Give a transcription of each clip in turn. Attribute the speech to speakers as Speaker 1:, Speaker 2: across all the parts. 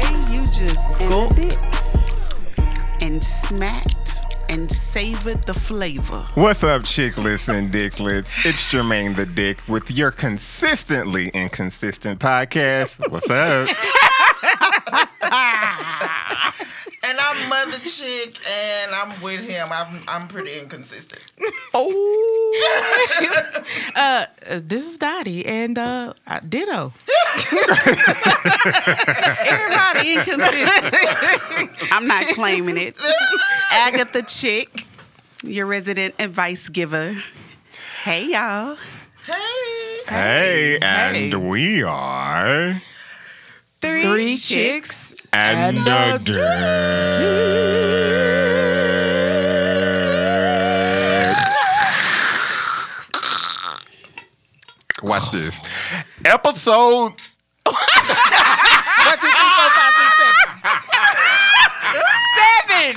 Speaker 1: just
Speaker 2: And
Speaker 1: gulped
Speaker 2: bit.
Speaker 1: and smacked and savored the flavor.
Speaker 3: What's up, chicklets and dicklets? It's Jermaine the Dick with your consistently inconsistent podcast. What's up?
Speaker 4: And I'm mother chick, and I'm with him. I'm I'm pretty inconsistent.
Speaker 5: Uh, this is Dottie and uh, I- Ditto.
Speaker 1: Everybody inconsistent. I'm not claiming it. Agatha Chick, your resident advice giver. Hey y'all.
Speaker 4: Hey,
Speaker 3: Hey,
Speaker 5: hey.
Speaker 3: and we are
Speaker 1: Three,
Speaker 5: Three chicks.
Speaker 3: and the Dick. Watch this episode.
Speaker 4: one, two, three, four, five, six, seven.
Speaker 5: Seven.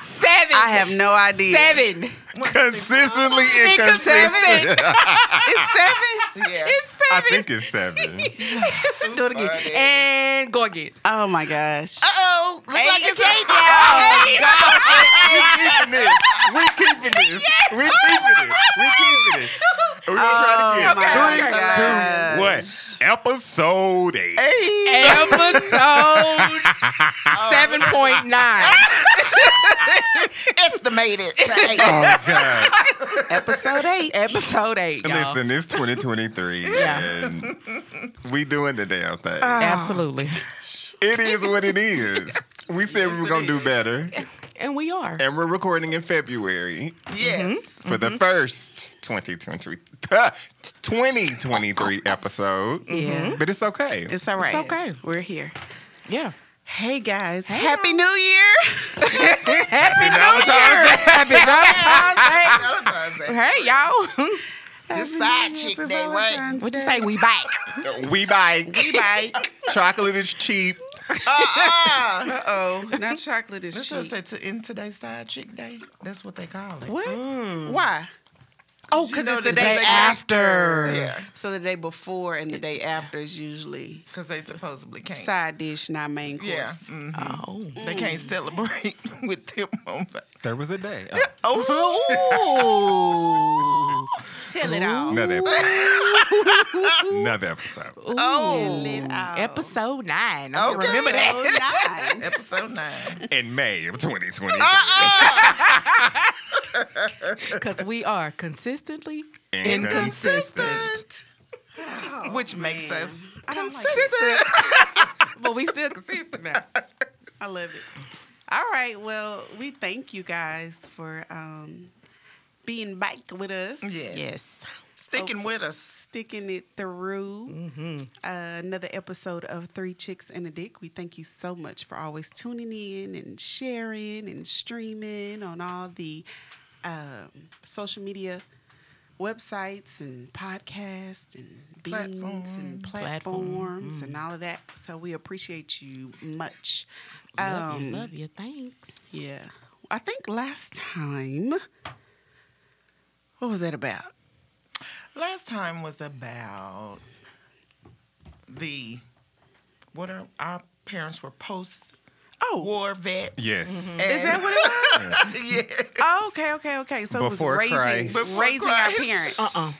Speaker 5: Seven.
Speaker 1: I have no idea.
Speaker 5: Seven.
Speaker 3: Consistently
Speaker 5: Seven.
Speaker 3: inconsistent.
Speaker 1: It's seven.
Speaker 4: Yeah.
Speaker 5: It's
Speaker 3: I
Speaker 5: seven.
Speaker 3: think it's seven.
Speaker 5: Do it again.
Speaker 4: funny.
Speaker 5: And go again.
Speaker 1: Oh my gosh.
Speaker 5: Uh-oh. Look like it's eight
Speaker 3: we keeping this. We keeping this. We keeping this. We keeping this. We're gonna try to
Speaker 1: my
Speaker 3: get
Speaker 1: gosh.
Speaker 3: three, two, one. Episode eight.
Speaker 5: Episode 7.9.
Speaker 4: Estimated. to eight.
Speaker 3: Oh God!
Speaker 1: Episode eight.
Speaker 5: Episode 8, y'all.
Speaker 3: Listen, it's 2023, and we doing the damn thing.
Speaker 5: Absolutely.
Speaker 3: It is what it is. We said we were gonna do better,
Speaker 5: And we are.
Speaker 3: and we're recording in February
Speaker 1: Mm-hmm.
Speaker 4: Yes.
Speaker 3: for the first 2023 2023 episode.
Speaker 1: Yeah.
Speaker 3: But it's okay.
Speaker 1: It's all right.
Speaker 5: okay.
Speaker 1: We're here.
Speaker 5: Yeah.
Speaker 1: Hey guys. Happy New Year.
Speaker 5: Happy Valentine's
Speaker 4: Valentine's Day.
Speaker 5: Day. Hey, y'all.
Speaker 4: This side chick day, right?
Speaker 5: What'd you say? We back.
Speaker 3: We bike. We bike. Chocolate is cheap.
Speaker 4: Uh-uh.
Speaker 1: Oh, not chocolate is
Speaker 4: Should
Speaker 1: cheap.
Speaker 4: say to in today's side chick day. That's what they call it.
Speaker 1: What? Why? Oh, because
Speaker 4: know
Speaker 1: it's the
Speaker 4: the
Speaker 1: day,
Speaker 4: day
Speaker 1: after.
Speaker 4: Yeah.
Speaker 1: So the day before and the day after is usually
Speaker 4: Because they supposedly can't.
Speaker 1: side dish, not main course.
Speaker 4: yeah. Mm.
Speaker 5: Oh.
Speaker 4: They can't celebrate with them on. fa-
Speaker 3: There was a day. Oh,
Speaker 1: Ooh. Tell it all.
Speaker 3: another episode. another episode.
Speaker 4: Oh.
Speaker 1: Tell it all.
Speaker 5: Episode 9. I'm
Speaker 4: Okay.
Speaker 5: gonna remember that.
Speaker 1: So nice.
Speaker 4: Episode nine.
Speaker 3: In May of 2020.
Speaker 5: Because we are consistently
Speaker 3: uh.
Speaker 4: Consistent.
Speaker 1: Oh,
Speaker 4: Which makes us
Speaker 1: I don't like it.
Speaker 5: consistent. but we still consistent now.
Speaker 1: I love it. All right. Well, we thank you guys for um, being back with us.
Speaker 4: yes.
Speaker 5: Yes.
Speaker 4: sticking with us.
Speaker 1: sticking it through
Speaker 5: Mm-hmm.
Speaker 1: uh, another episode of Three Chicks and a Dick. We thank you so much for always tuning in and sharing and streaming on all the um, social media websites and podcasts and beans and platforms and
Speaker 5: Mm-hmm.
Speaker 1: all of that. So we appreciate you much.
Speaker 5: Love you,
Speaker 1: Um,
Speaker 5: Oh, love you. Thanks.
Speaker 1: yeah. I think last time, what was that about?
Speaker 4: Last time was about the what are our parents were post
Speaker 1: Oh,
Speaker 4: war vets.
Speaker 3: Yes.
Speaker 1: is that what it was?
Speaker 4: yeah.
Speaker 1: Oh, okay, okay, okay. So
Speaker 3: Before
Speaker 1: it was raising,
Speaker 3: Christ.
Speaker 4: Before
Speaker 1: raising
Speaker 4: Christ.
Speaker 1: our parents,
Speaker 5: Uh-uh.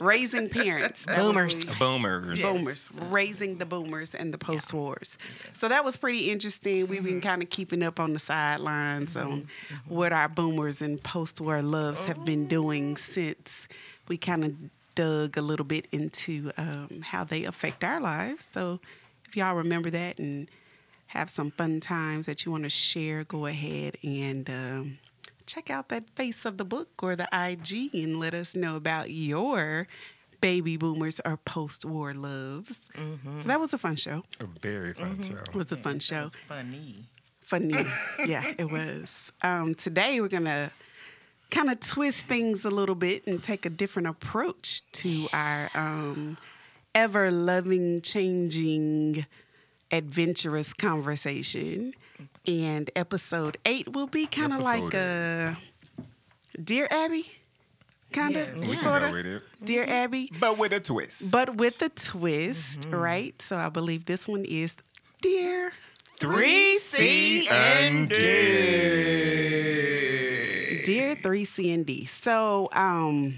Speaker 1: raising parents, That was
Speaker 5: Boomers.
Speaker 1: the-
Speaker 3: Boomers.
Speaker 4: Yes.
Speaker 1: boomers, raising the boomers and the post wars. So that was pretty interesting. We've been kind of keeping up on the sidelines on what our boomers and post war loves have been doing since we kind of dug a little bit into um, how they affect our lives. So if y'all remember that and have some fun times that you want to share, go ahead and. Um, Check out that face of the book or the IG and let us know about your baby boomers or post war loves. So that was a fun show.
Speaker 3: A very fun
Speaker 1: Mm-hmm. It
Speaker 3: show.
Speaker 1: was a fun show.
Speaker 4: Funny.
Speaker 1: Funny. yeah, it was. Um, today we're going to kind of twist things a little bit and take a different approach to our um, ever loving, changing, adventurous conversation. And episode eight will be kind of like
Speaker 3: Episode
Speaker 1: a Dear Abby, kind of,
Speaker 3: We can
Speaker 1: sort
Speaker 3: go
Speaker 1: of.
Speaker 3: with it. Mm-hmm.
Speaker 1: Dear Abby,
Speaker 3: But with a twist. Mm-hmm.
Speaker 1: but with a twist, right? So I believe this one is dear.
Speaker 3: 3C and
Speaker 1: Dear 3C and D. So, um,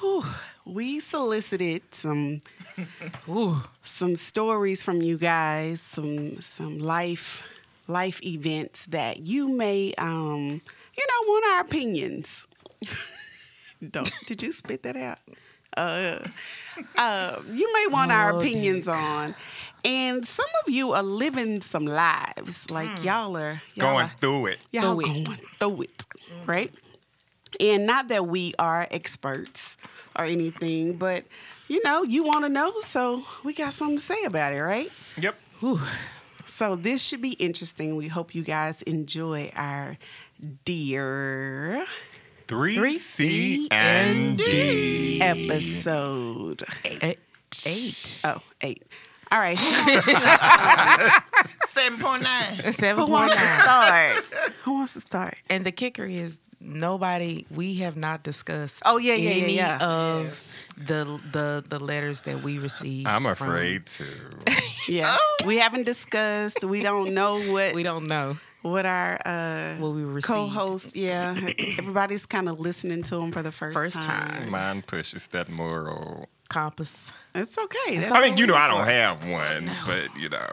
Speaker 1: whew, we solicited some
Speaker 5: Ooh.
Speaker 1: some stories from you guys, some some life life events that you may um, you know, want our opinions. Don't did you spit that out? Uh, uh, you may want our
Speaker 5: Oh,
Speaker 1: opinions on. And some of you are living some lives. Like
Speaker 5: Hmm.
Speaker 1: y'all are y'all
Speaker 3: Going
Speaker 1: are-
Speaker 3: through it.
Speaker 1: y'all
Speaker 5: Through
Speaker 1: going
Speaker 5: it. Mm-hmm.
Speaker 1: through it, right? And not that we are experts or anything, but you know, you want to know, so we got something to say about it, right?
Speaker 3: Yep.
Speaker 1: So this should be interesting. We hope you guys enjoy our dear
Speaker 3: 3C and D.
Speaker 1: episode.
Speaker 5: Eight. Eight.
Speaker 1: Oh, eight. All right, who wants-
Speaker 4: Seven point nine.
Speaker 5: Seven
Speaker 1: who
Speaker 5: point
Speaker 1: wants to
Speaker 5: nine.
Speaker 1: start? Who wants to start?
Speaker 5: And the kicker is nobody. We have not discussed.
Speaker 1: Oh, yeah, yeah, yeah,
Speaker 5: any
Speaker 1: yeah.
Speaker 5: Of the the the letters that we received.
Speaker 3: I'm
Speaker 5: from-
Speaker 3: afraid to.
Speaker 1: Yeah, we haven't discussed. We don't know what
Speaker 5: Oh. we don't know
Speaker 1: what our uh,
Speaker 5: what we received.
Speaker 1: co-host. Yeah, everybody's kind of listening to him for the first
Speaker 5: First
Speaker 1: time.
Speaker 3: Mine pushes that moral.
Speaker 5: compass.
Speaker 1: It's okay. That's
Speaker 3: I
Speaker 1: what
Speaker 3: mean, you
Speaker 1: we-
Speaker 3: know, I don't have one, but you know.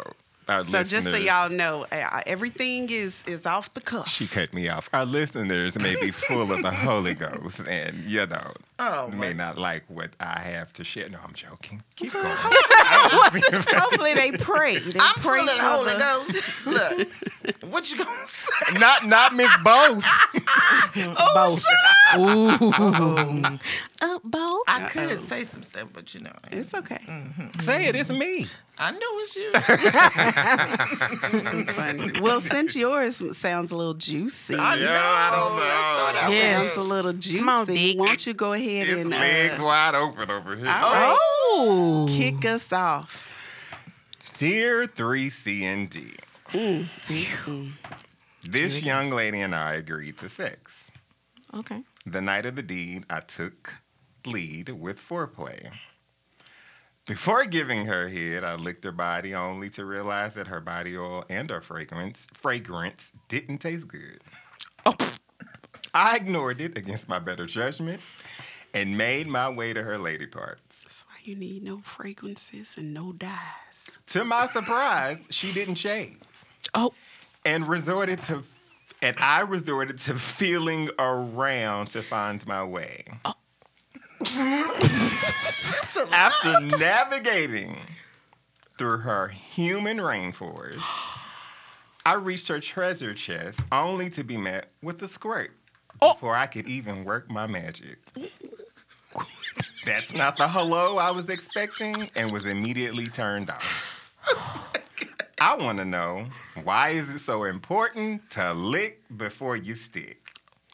Speaker 3: Our
Speaker 1: So just so
Speaker 3: listeners-
Speaker 1: y'all know, uh, everything is is off the cuff.
Speaker 3: She cut me off. Our listeners may be full of the Holy Ghost and, you know,
Speaker 4: Oh,
Speaker 3: may
Speaker 4: my-
Speaker 3: not like what I have to share. No, I'm joking. Keep going.
Speaker 1: Hopefully they pray. They
Speaker 4: I'm
Speaker 1: pray
Speaker 4: full of the
Speaker 1: for
Speaker 4: Holy
Speaker 1: the-
Speaker 4: Ghost. Look, what you gonna say?
Speaker 3: not not Miss Both.
Speaker 5: both. Ooh. Uh, both.
Speaker 4: I could say some stuff, but you know, I,
Speaker 1: It's okay.
Speaker 3: Say it, it's me.
Speaker 4: I knew it's you.
Speaker 1: Funny. Well, since yours sounds a little juicy,
Speaker 4: I
Speaker 3: Yeah,
Speaker 4: know.
Speaker 3: I don't
Speaker 4: Let's start
Speaker 3: know.
Speaker 4: out with
Speaker 5: Yes.
Speaker 1: sounds a little juicy.
Speaker 5: on, Dick.
Speaker 1: Why don't you go ahead
Speaker 3: It's
Speaker 1: and
Speaker 3: legs
Speaker 1: uh,
Speaker 3: wide open over here.
Speaker 1: all right,
Speaker 5: Oh.
Speaker 1: kick us off?
Speaker 3: Dear 3C and D,
Speaker 4: Mm,
Speaker 3: this young lady and I agreed to sex.
Speaker 5: Okay.
Speaker 3: The night of the deed, I took lead with foreplay. Before giving her head, I licked her body only to realize that her body oil and her fragrance fragrance didn't taste good. I ignored it against my better judgment and made my way to her lady parts.
Speaker 1: That's why you need no fragrances and no dyes.
Speaker 3: To my surprise, she didn't shave
Speaker 5: Oh.
Speaker 3: and resorted to and I resorted to feeling around to find my way. After navigating through her human rainforest, I reached her treasure chest only to be met with a squirt before I could even work my magic. That's not the hello I was expecting and was immediately turned off. I want to know why is it so important to lick before you stick?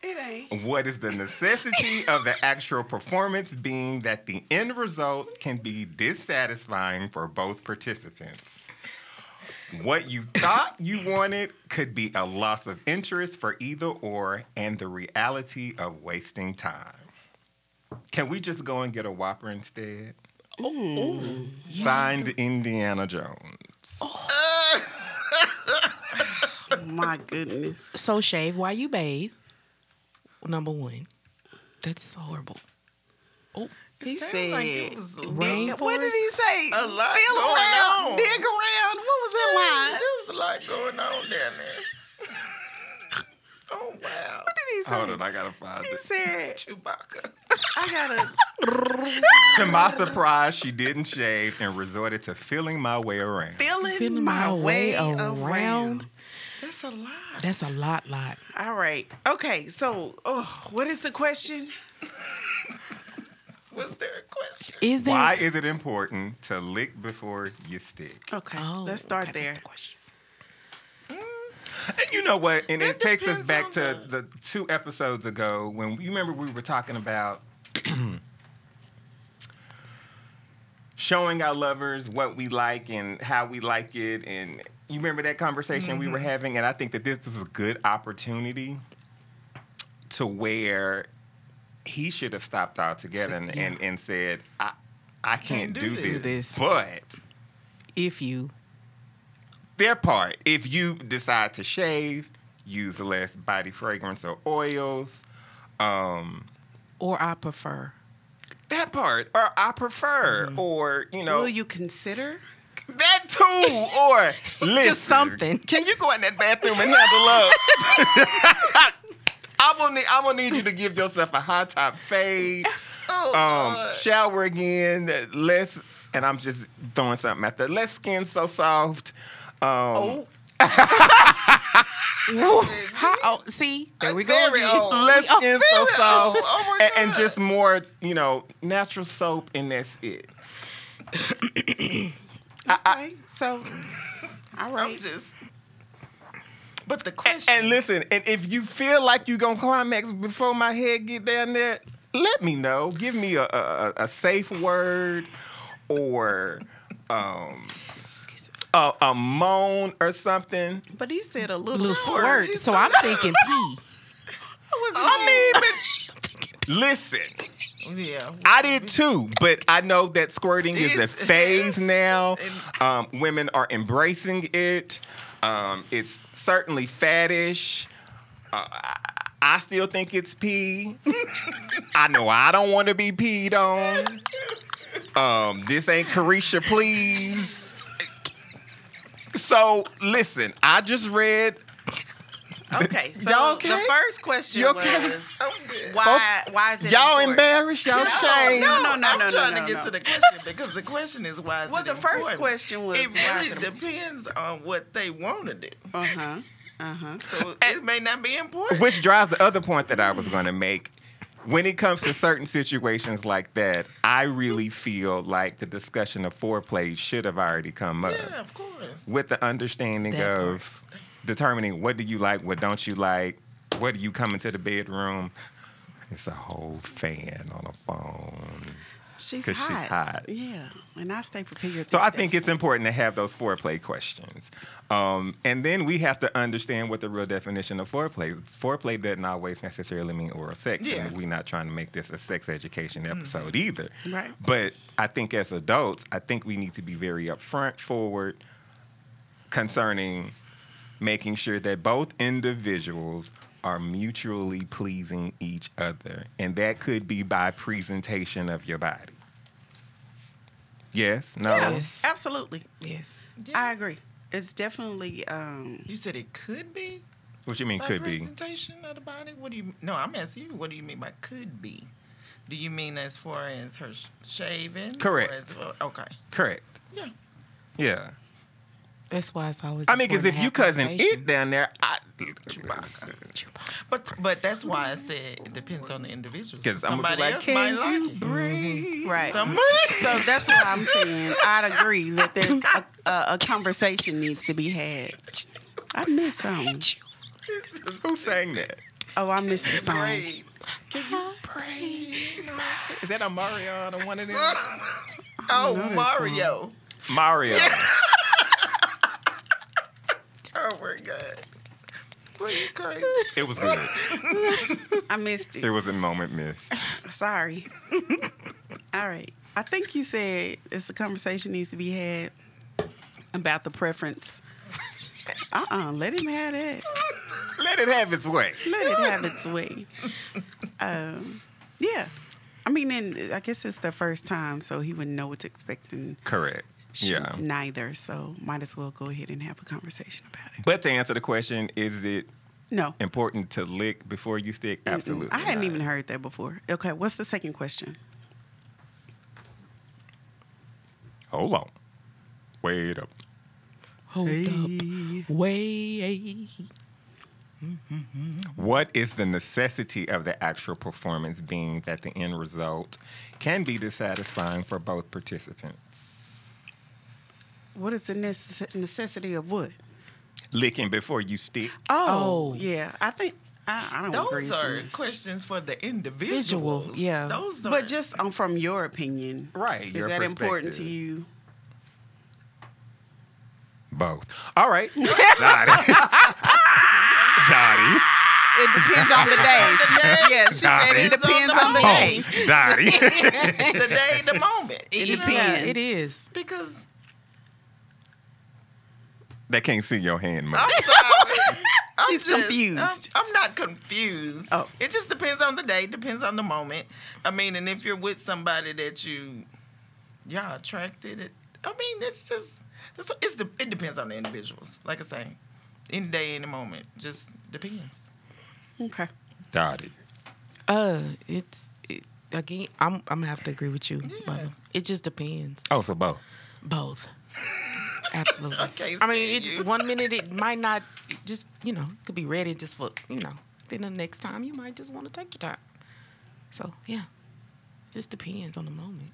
Speaker 1: It ain't.
Speaker 3: What is the necessity of the actual performance being that the end result can be dissatisfying for both participants? What you thought you wanted could be a loss of interest for either or, and the reality of wasting time. Can we just go and get a Whopper instead? Signed Indiana Jones.
Speaker 1: My goodness.
Speaker 5: So shave while you bathe. Number one. That's horrible.
Speaker 1: He said,
Speaker 4: Sound like it was a lot-
Speaker 5: Rainforest?
Speaker 1: "What did he say?
Speaker 4: A lot
Speaker 1: Feel
Speaker 4: going
Speaker 1: around,
Speaker 4: on.
Speaker 1: dig around. What was that line?
Speaker 4: There was a lot going on down there. Oh wow,
Speaker 1: What did he say?
Speaker 3: Hold on, I gotta find
Speaker 1: He
Speaker 3: it.
Speaker 1: said,
Speaker 4: Chewbacca.
Speaker 1: I gotta.
Speaker 3: To my surprise, she didn't shave and resorted to feeling my way around.
Speaker 1: feeling,
Speaker 5: Feeling
Speaker 1: my,
Speaker 5: my
Speaker 1: way,
Speaker 5: way
Speaker 1: around.
Speaker 5: around.
Speaker 4: That's a lot.
Speaker 5: That's a lot, lot.
Speaker 1: All right. Okay. So, oh, what is the question?
Speaker 4: Was there a question?
Speaker 5: Is there?
Speaker 3: Why is it important to lick before you stick?
Speaker 1: Okay.
Speaker 5: Oh,
Speaker 1: let's start
Speaker 5: okay,
Speaker 1: there.
Speaker 5: that's the question.
Speaker 3: And you know what? And it,
Speaker 4: It
Speaker 3: takes us
Speaker 4: depends
Speaker 3: back
Speaker 4: on
Speaker 3: to the... two episodes ago when you remember we were talking about showing our lovers what we like and how we like it. And you remember that conversation we were having? And I think that this was a good opportunity to where he should have stopped altogether and, and, and said, I, I can't, do, this,
Speaker 5: this.
Speaker 3: But
Speaker 5: If you
Speaker 3: their part. If you decide to shave, use less body fragrance or oils. Um,
Speaker 1: Or I prefer.
Speaker 3: that part, or I prefer, or you know,
Speaker 1: Will you consider?
Speaker 3: that too, or listen,
Speaker 5: something.
Speaker 3: Can you go in that bathroom and handle up? I'm gonna need, I'm gonna need you to give yourself a high top fade.
Speaker 4: Oh,
Speaker 3: um,
Speaker 4: Lord.
Speaker 3: shower again. Less, and I'm just throwing something at that. Less skin so soft. Um,
Speaker 1: Oh. How, oh, see, there we go.
Speaker 4: Very
Speaker 1: again.
Speaker 4: old.
Speaker 3: less skin so
Speaker 4: Really?
Speaker 3: soft.
Speaker 4: Oh, oh my
Speaker 3: and, and
Speaker 4: God.
Speaker 3: just more, you know, natural soap, and that's it.
Speaker 1: Okay, so all
Speaker 4: I'm
Speaker 1: right.
Speaker 4: just. But the question.
Speaker 3: And listen, and if you feel like you gonna climax before my head get down there, let me know. Give me a, a, a a safe word or um, a, a moan or something.
Speaker 1: But he said a little,
Speaker 5: little
Speaker 1: squirt.
Speaker 5: squirt. So I'm thinking pee.
Speaker 3: I mean, but- listen.
Speaker 4: oh, yeah.
Speaker 3: I did too, but I know that squirting is a
Speaker 4: It's-
Speaker 3: phase now. Um, women are embracing it. Um, it's certainly faddish. Uh, I- I still think it's pee. I know I don't want to be peed on. Um, this ain't Carisha, please. So listen, I just read
Speaker 1: Okay, so
Speaker 3: Y'all okay?
Speaker 1: the first question
Speaker 3: You okay?
Speaker 1: was
Speaker 4: I'm good.
Speaker 1: why? Why is it?
Speaker 3: y'all
Speaker 1: important?
Speaker 3: embarrassed, y'all
Speaker 1: No,
Speaker 3: shamed.
Speaker 1: no, no, no,
Speaker 4: I'm
Speaker 1: no,
Speaker 4: trying
Speaker 1: no,
Speaker 4: to get
Speaker 1: no.
Speaker 4: to the question because the question is why. Is
Speaker 1: Well,
Speaker 4: it
Speaker 1: the first
Speaker 4: important?
Speaker 1: question was
Speaker 4: It
Speaker 1: why is
Speaker 4: really
Speaker 1: it
Speaker 4: depends on what they want to do.
Speaker 1: Uh huh. Uh huh.
Speaker 4: So it may not be important.
Speaker 3: Which drives the other point that I was going to make. When it comes to certain situations like that, I really feel like the discussion of foreplay should have already come up
Speaker 4: yeah, of course.
Speaker 3: with the understanding
Speaker 5: That part.
Speaker 3: of determining what do you like, what don't you like, what do you come into the bedroom. It's a whole fan on a phone.
Speaker 1: She's
Speaker 3: 'Cause she's
Speaker 1: hot.
Speaker 3: hot.
Speaker 1: Yeah, and I stay prepared.
Speaker 3: So
Speaker 1: to
Speaker 3: I
Speaker 1: stay-
Speaker 3: think it's important to have those foreplay questions. Um, and then we have to understand what the real definition of foreplay. Foreplay doesn't always necessarily mean oral sex.
Speaker 4: Yeah.
Speaker 3: And we're not trying to make this a sex education episode either.
Speaker 1: Right.
Speaker 3: But I think as adults, I think we need to be very upfront, forward, concerning making sure that both individuals are mutually pleasing each other. And that could be by presentation of your body. Yes? No?
Speaker 5: Yes.
Speaker 1: absolutely.
Speaker 5: Yes.
Speaker 4: Yeah.
Speaker 1: I agree. It's definitely. um
Speaker 4: you said it could be
Speaker 3: What you mean
Speaker 4: by
Speaker 3: could be?
Speaker 4: presentation of the body. What do you? No, I'm asking you. What do you mean by could be? Do you mean as far as her sh- shaving? or
Speaker 3: Correct.
Speaker 4: as well- okay.
Speaker 3: Correct.
Speaker 4: Yeah.
Speaker 3: Yeah.
Speaker 5: That's why it's always.
Speaker 3: I mean, because
Speaker 5: important
Speaker 3: if
Speaker 5: to
Speaker 3: you
Speaker 5: have
Speaker 3: cousin it
Speaker 5: conversations.
Speaker 3: down there, I.
Speaker 4: But but that's why I said it depends on the individual.
Speaker 3: Because I'm gonna be like,
Speaker 4: somebody else might
Speaker 3: can
Speaker 4: like
Speaker 3: you
Speaker 4: it.
Speaker 3: breathe?
Speaker 1: Right.
Speaker 4: Somebody.
Speaker 1: so that's what I'm saying. I'd agree that there's a, a, a conversation needs to be had. I missed something.
Speaker 3: Who sang that?
Speaker 1: Oh, I missed the song.
Speaker 4: Great.
Speaker 3: Is that a Mario or one of them?
Speaker 1: know
Speaker 4: Oh,
Speaker 1: that
Speaker 4: Mario.
Speaker 3: Mario.
Speaker 4: Oh, my God. What you crazy?
Speaker 3: It was good.
Speaker 1: I missed it.
Speaker 3: It was a moment missed.
Speaker 1: Sorry. All right. I think you said it's a conversation needs to be had about the preference. Uh uh let him have that.
Speaker 3: Let it have its way.
Speaker 1: Let it have its way. Um, yeah. I mean, and I guess it's the first time, so he wouldn't know what to expect, and
Speaker 3: Correct.
Speaker 1: she
Speaker 3: Yeah.
Speaker 1: neither. So might as well go ahead and have a conversation about it.
Speaker 3: But to answer the question, is it
Speaker 1: No,
Speaker 3: important to lick before you stick? Absolutely.
Speaker 1: I hadn't
Speaker 3: not.
Speaker 1: even heard that before. Okay, what's the second question?
Speaker 3: Hold on. Wait up.
Speaker 5: Hold up. Wait.
Speaker 3: What is the necessity of the actual performance being that the end result can be dissatisfying for both participants?
Speaker 1: What is the necess- necessity of what?
Speaker 3: Licking before you stick.
Speaker 1: Oh,
Speaker 5: Oh.
Speaker 1: yeah. I think I, I don't agree.
Speaker 4: Those
Speaker 1: so
Speaker 4: are
Speaker 1: much.
Speaker 4: questions for the individual.
Speaker 5: yeah.
Speaker 4: Those are.
Speaker 1: but just um, from your opinion,
Speaker 3: Right.
Speaker 1: is
Speaker 3: your
Speaker 1: that important to
Speaker 3: perspective.
Speaker 1: you?
Speaker 3: Both. All right. Dottie. Dottie.
Speaker 1: It depends on the day. She, yeah, she said it
Speaker 3: Depends
Speaker 1: depends on the day.
Speaker 3: Boom. Dottie.
Speaker 4: the day, the moment.
Speaker 1: It
Speaker 4: you know?
Speaker 1: depends.
Speaker 5: It is.
Speaker 4: Because
Speaker 3: They can't see your hand much.
Speaker 4: I'm sorry. I'm
Speaker 1: She's confused.
Speaker 4: I'm, I'm not confused.
Speaker 1: Oh.
Speaker 4: It just depends on the day, depends on the moment. I mean, and if you're with somebody that you, y'all attracted, it, I mean, it's just, that's, what- it's the, it depends on the individuals. Like I say, any day, any moment, just depends.
Speaker 1: Okay.
Speaker 3: Dottie.
Speaker 5: Uh, it's it, again. I'm I'm gonna have to agree with you,
Speaker 4: Yeah.
Speaker 5: brother. It just depends.
Speaker 3: Oh, so both.
Speaker 5: Both. Absolutely.
Speaker 4: I can't
Speaker 5: I mean,
Speaker 4: stand
Speaker 5: it's
Speaker 4: you.
Speaker 5: one minute it might not just you know could be ready just for you know. Then the next time you might just want to take your time. So yeah, just depends on the moment.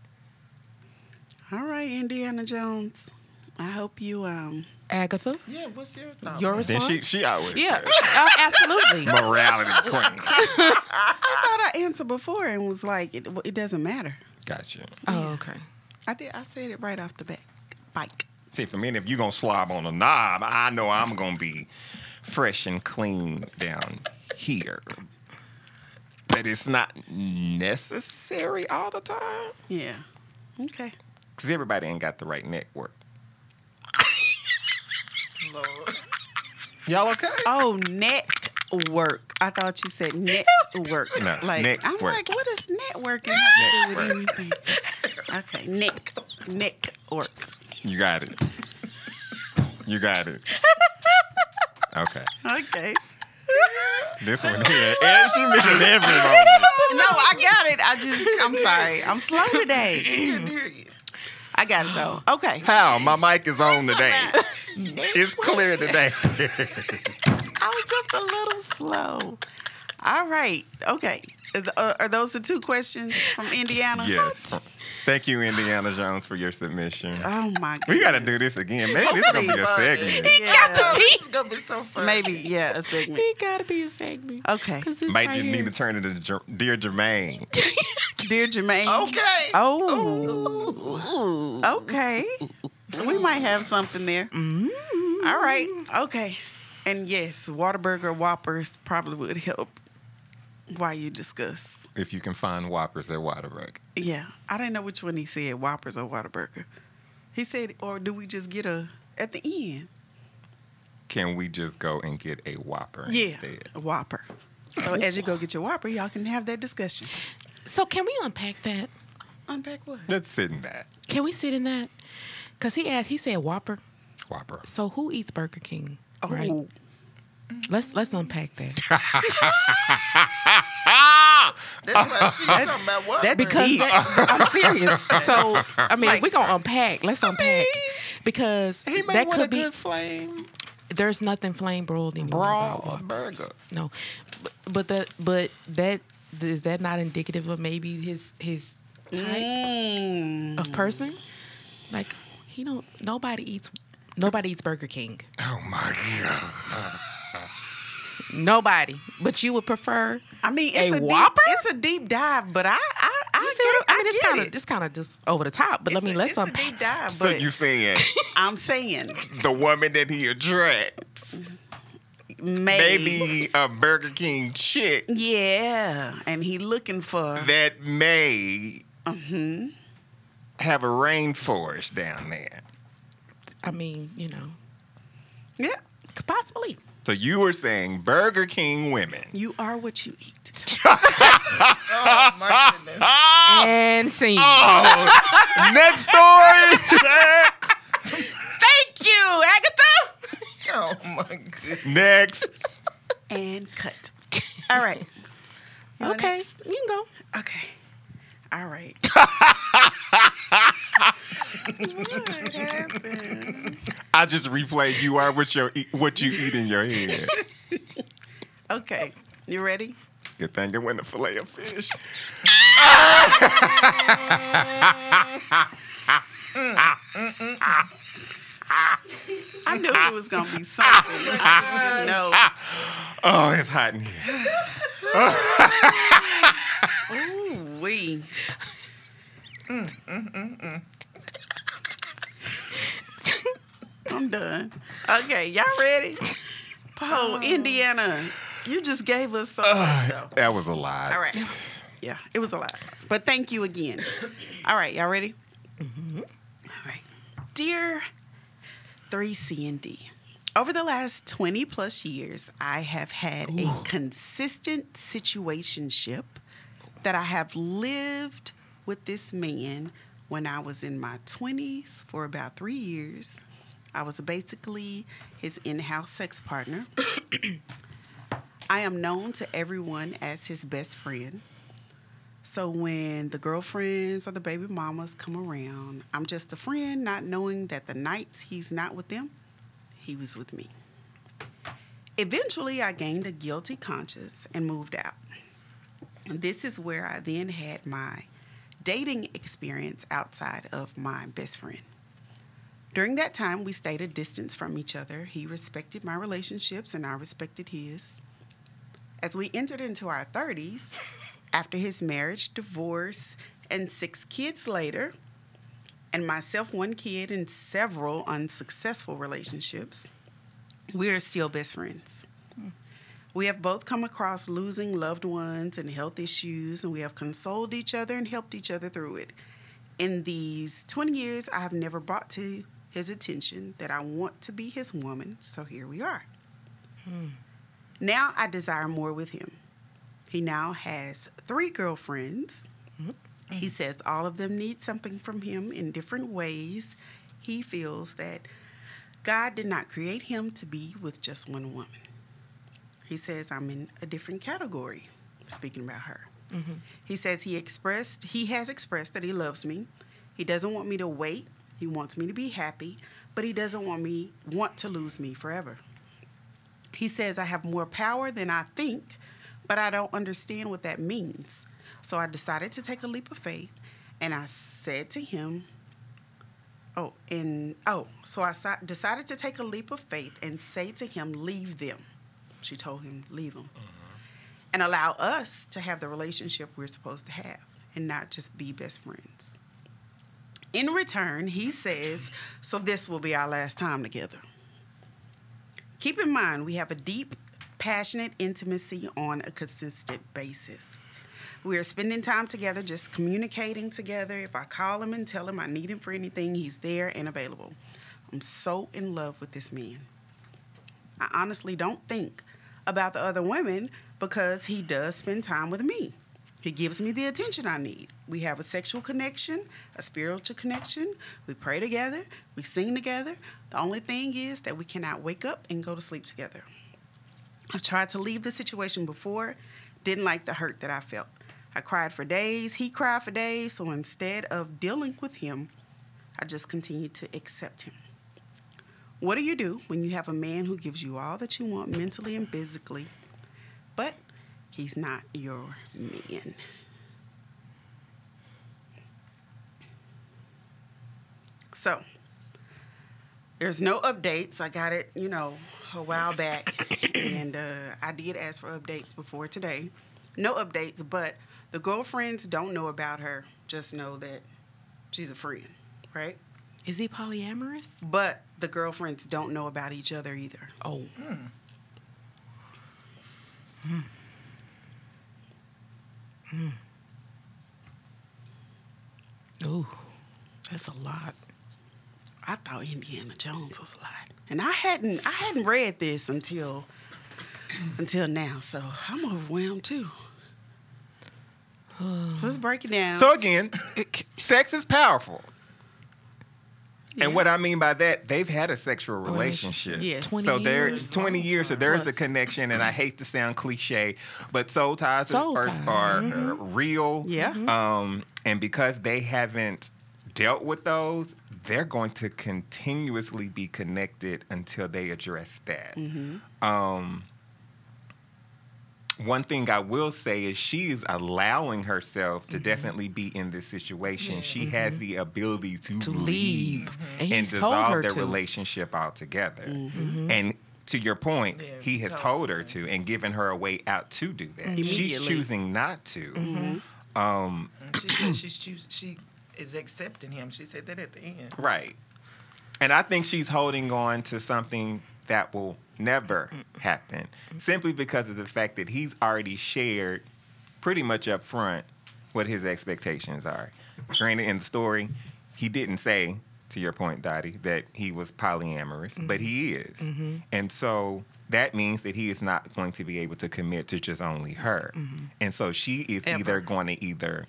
Speaker 1: All right, Indiana Jones. I hope you um
Speaker 5: Agatha,
Speaker 4: Yeah, what's your thought?
Speaker 5: your
Speaker 4: man?
Speaker 3: Oh, Then
Speaker 5: response?
Speaker 3: she she out with
Speaker 5: yeah,
Speaker 3: it.
Speaker 5: uh, absolutely.
Speaker 3: morality queen.
Speaker 1: I thought I answered before and was like, it, it doesn't matter.
Speaker 3: Gotcha.
Speaker 5: Oh, okay.
Speaker 1: I did. I said it right off the bat. Bike.
Speaker 3: See, for me, if you're gonna slob on a knob, I know I'm gonna be fresh and clean down here. But it's not necessary all the time.
Speaker 1: Yeah. Okay.
Speaker 3: Cause everybody ain't got the right network.
Speaker 4: Lord.
Speaker 3: Y'all okay?
Speaker 1: Oh, network. I thought you said net work.
Speaker 3: No,
Speaker 1: like I'm
Speaker 3: network.
Speaker 1: like, what does networking have to do with
Speaker 3: Network.
Speaker 1: anything? Okay, neck, neck work.
Speaker 3: You got it. You got it. Okay.
Speaker 1: Okay.
Speaker 3: This one here. And she missing every moment.
Speaker 1: No, I got it. I just, I'm sorry. I'm slow today.
Speaker 4: Couldn't hear you.
Speaker 1: I got it though. Okay.
Speaker 3: How? My mic is on today. It's clear today.
Speaker 1: I was just a little slow. All right. Okay. Is- uh, are those the two questions from Indiana?
Speaker 3: yes. Thank you, Indiana Jones, for your submission.
Speaker 1: Oh my god.
Speaker 3: We gotta do this again. Maybe this is gonna be a segment.
Speaker 5: He got to
Speaker 4: It's
Speaker 5: be.
Speaker 4: gonna be so fun.
Speaker 1: Maybe yeah, a segment.
Speaker 5: He got to be a segment.
Speaker 1: Okay.
Speaker 5: 'Cause it's
Speaker 3: Might
Speaker 5: right
Speaker 3: just need
Speaker 5: here.
Speaker 3: to turn it to Jer- Dear Jermaine.
Speaker 1: Dear Jermaine.
Speaker 4: Okay.
Speaker 1: Oh. Okay. We might have something there.
Speaker 3: Mm-hmm.
Speaker 1: All right. Okay. And yes, Whataburger Whoppers probably would help while you discuss.
Speaker 3: If you can find Whoppers at Waterbuck.
Speaker 1: Yeah. I didn't know which one he said, Whoppers or Whataburger. He said, or do we just get a at the end?
Speaker 3: Can we just go and get a Whopper
Speaker 1: Yeah.
Speaker 3: instead?
Speaker 1: A Whopper. So as you go get your Whopper, y'all can have that discussion.
Speaker 5: So can we unpack that?
Speaker 1: Unpack what?
Speaker 3: Let's sit in that
Speaker 5: Can we sit in that? Cause he asked. He said Whopper.
Speaker 3: Whopper.
Speaker 5: So who eats Burger King?
Speaker 1: Oh,
Speaker 5: Right. Let's let's unpack that.
Speaker 4: That's what she's talking about. What?
Speaker 1: that's
Speaker 4: Because
Speaker 5: because
Speaker 1: deep.
Speaker 5: that, I'm serious. So I mean,
Speaker 1: Like-
Speaker 5: we're gonna unpack. Let's unpack because
Speaker 3: He may
Speaker 5: that
Speaker 3: want a
Speaker 5: could be.
Speaker 3: good flame
Speaker 5: There's nothing flame broiled anymore.
Speaker 3: brawl
Speaker 5: about
Speaker 3: or
Speaker 5: Whopper.
Speaker 3: burger.
Speaker 5: No, but, but that but that is that not indicative of maybe his his type
Speaker 1: Mm.
Speaker 5: of person? Like he don't. Nobody eats. Nobody eats Burger King.
Speaker 3: Oh my god.
Speaker 5: Nobody. But you would prefer.
Speaker 1: I mean,
Speaker 5: A
Speaker 1: it's a,
Speaker 5: Whopper?
Speaker 1: Deep, it's a deep dive, but I, I, I,
Speaker 5: You
Speaker 1: get,
Speaker 5: see what
Speaker 1: I,
Speaker 5: I mean, it's
Speaker 1: get
Speaker 5: kind of
Speaker 1: it.
Speaker 5: it's kind of just over the top. But I
Speaker 1: It's
Speaker 5: mean,
Speaker 1: a-
Speaker 5: let's
Speaker 1: it's a
Speaker 5: unpack.
Speaker 1: deep dive,
Speaker 3: So
Speaker 1: but
Speaker 3: you saying
Speaker 1: I'm saying
Speaker 3: the woman that he attract,
Speaker 1: maybe.
Speaker 3: maybe a Burger King chick
Speaker 1: Yeah, and he looking for
Speaker 3: that may
Speaker 5: Mm-hmm.
Speaker 3: have a rainforest down there.
Speaker 5: I mean, you know,
Speaker 1: yeah.
Speaker 5: could possibly.
Speaker 3: So you were saying Burger King women.
Speaker 1: You are what you eat.
Speaker 4: oh my goodness.
Speaker 3: Ah!
Speaker 5: And scene.
Speaker 1: Oh,
Speaker 3: Oh, next story.
Speaker 5: Thank you, Agatha.
Speaker 4: Oh my goodness.
Speaker 3: next.
Speaker 1: and cut. All right. You want
Speaker 5: Okay,
Speaker 1: next?
Speaker 5: you can go.
Speaker 1: Okay. All right. what happened?
Speaker 3: I just replayed you are what your eat- what you eat in your head.
Speaker 1: Okay. You ready?
Speaker 3: Good thing it went a fillet of fish.
Speaker 1: I knew it was gonna be something. I just didn't know.
Speaker 3: Oh, it's hot in here.
Speaker 1: Ooh wee. Mm, mm. I'm done. Okay, y'all ready? Poe, Indiana, you just gave us so much though.
Speaker 3: That was a lot.
Speaker 1: All right. Yeah, it was a lot. But thank you again. All right, y'all Mm-hmm. ready? All right. Dear 3C and D, Over the last 20 plus years, I have had a consistent situationship that I have lived with this man when I was in my 20s for about three years. I was basically his in house sex partner. I am known to everyone as his best friend. So when the girlfriends or the baby mamas come around, I'm just a friend, not knowing that the nights he's not with them, he was with me. Eventually, I gained a guilty conscience and moved out. And this is where I then had my dating experience outside of my best friend. During that time, we stayed a distance from each other. He respected my relationships and I respected his. As we entered into our 30s, after his marriage, divorce, and six kids later, and myself one kid and several unsuccessful relationships, we are still best friends. We have both come across losing loved ones and health issues, and we have consoled each other and helped each other through it. In these 20 years, I have never brought to his attention that I want to be his woman, so here we are. Now I desire more with him. He now has three girlfriends. He says all of them need something from him in different ways. He feels that God did not create him to be with just one woman. He says, I'm in a different category, speaking about her. He says he expressed, he has expressed that he loves me. He doesn't want me to wait. He wants me to be happy, but he doesn't want me want to lose me forever. He says, I have more power than I think, but I don't understand what that means. So I decided to take a leap of faith and I said to him, Oh, and oh, so I si- decided to take a leap of faith and say to him, Leave them. She told him, Leave them. And allow us to have the relationship we're supposed to have and not just be best friends. In return, he says, So this will be our last time together. Keep in mind, we have a deep, passionate intimacy on a consistent basis. We are spending time together, just communicating together. If I call him and tell him I need him for anything, he's there and available. I'm so in love with this man. I honestly don't think about the other women because he does spend time with me. He gives me the attention I need. We have a sexual connection, a spiritual connection. We pray together, we sing together. The only thing is that we cannot wake up and go to sleep together. I've tried to leave the situation before, didn't like the hurt that I felt. I cried for days, he cried for days, so instead of dealing with him, I just continued to accept him. What do you do when you have a man who gives you all that you want mentally and physically, but he's not your man? So, there's no updates. I got it, you know, a while back, and uh, I did ask for updates before today. No updates, but the girlfriends don't know about her. Just know that she's a friend, right?
Speaker 5: Is he polyamorous?
Speaker 1: But the girlfriends don't know about each other either.
Speaker 5: Oh, Hmm. ooh, that's a lot.
Speaker 1: I thought Indiana Jones was a lot, and I hadn't I hadn't read this until until now, so I'm overwhelmed too. Let's break it down.
Speaker 3: So again, sex is powerful. And
Speaker 1: Yeah.
Speaker 3: what I mean by that, they've had a sexual relationship.
Speaker 5: Relationship.
Speaker 1: Yes.
Speaker 5: 20
Speaker 3: So there's
Speaker 5: years.
Speaker 3: 20 years, so there's a
Speaker 1: Plus.
Speaker 3: connection, and I hate to sound cliche, but soul ties,
Speaker 5: Soul
Speaker 3: are,
Speaker 5: ties.
Speaker 3: are uh, real.
Speaker 1: Yeah. Mhm.
Speaker 3: Um, and because they haven't dealt with those, they're going to continuously be connected until they address that. Um, one thing I will say is she is allowing herself to definitely be in this situation.
Speaker 4: Yeah.
Speaker 3: She has the ability to,
Speaker 5: to leave, and he
Speaker 3: Mm-hmm. and
Speaker 5: told
Speaker 3: dissolve
Speaker 5: her
Speaker 3: their
Speaker 5: to.
Speaker 3: relationship altogether. And to your point,
Speaker 4: Yeah,
Speaker 3: he has
Speaker 4: told
Speaker 3: told
Speaker 4: her
Speaker 3: her
Speaker 4: to.
Speaker 3: to and given her a way out to do that. She's
Speaker 1: Immediately.
Speaker 3: choosing not to. Um,
Speaker 4: And she said she's choos- she is accepting him. She said that at the end.
Speaker 3: right. And I think she's holding on to something that will never happen simply because of the fact that he's already shared pretty much up front what his expectations are. Granted, in the story, he didn't say to your point, Dottie, that he was polyamorous, but he is. And so that means that he is not going to be able to commit to just only her. And so she is
Speaker 4: Ever.
Speaker 3: either going to either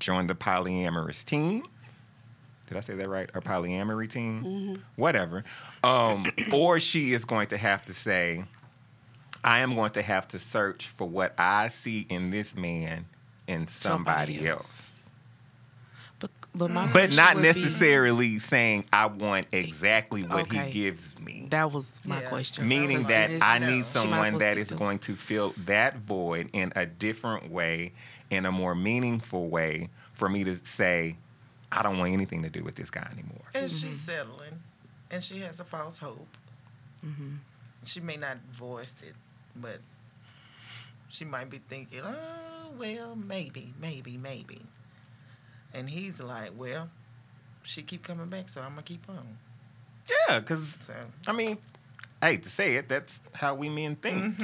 Speaker 3: join the polyamorous team. Did I say that right? Or polyamory team?
Speaker 5: Mm-hmm.
Speaker 3: Whatever. Um, or she is going to have to say, I am going to have to search for what I see in this man in somebody,
Speaker 5: Somebody
Speaker 3: else.
Speaker 5: else. But but my
Speaker 3: But
Speaker 5: question
Speaker 3: not
Speaker 5: would be-
Speaker 3: necessarily saying I want exactly what
Speaker 5: Okay.
Speaker 3: he gives me.
Speaker 5: that was my
Speaker 4: Yeah.
Speaker 5: question.
Speaker 3: Meaning
Speaker 4: was
Speaker 3: that
Speaker 5: It is-
Speaker 3: I
Speaker 5: no.
Speaker 3: need
Speaker 5: She might as
Speaker 3: someone
Speaker 5: well
Speaker 3: that
Speaker 5: stick
Speaker 3: is
Speaker 5: to-
Speaker 3: going to fill that void in a different way, in a more meaningful way, for me to say, I don't want anything to do with this guy anymore.
Speaker 4: And she's settling, and she has a false hope. She may not voice it, but she might be thinking, "Oh, well, maybe, maybe, maybe." And he's like, "Well, she keep coming back, so I'm gonna keep on."
Speaker 3: Yeah, because
Speaker 4: So
Speaker 3: I mean, I hate to say it, that's how we men think.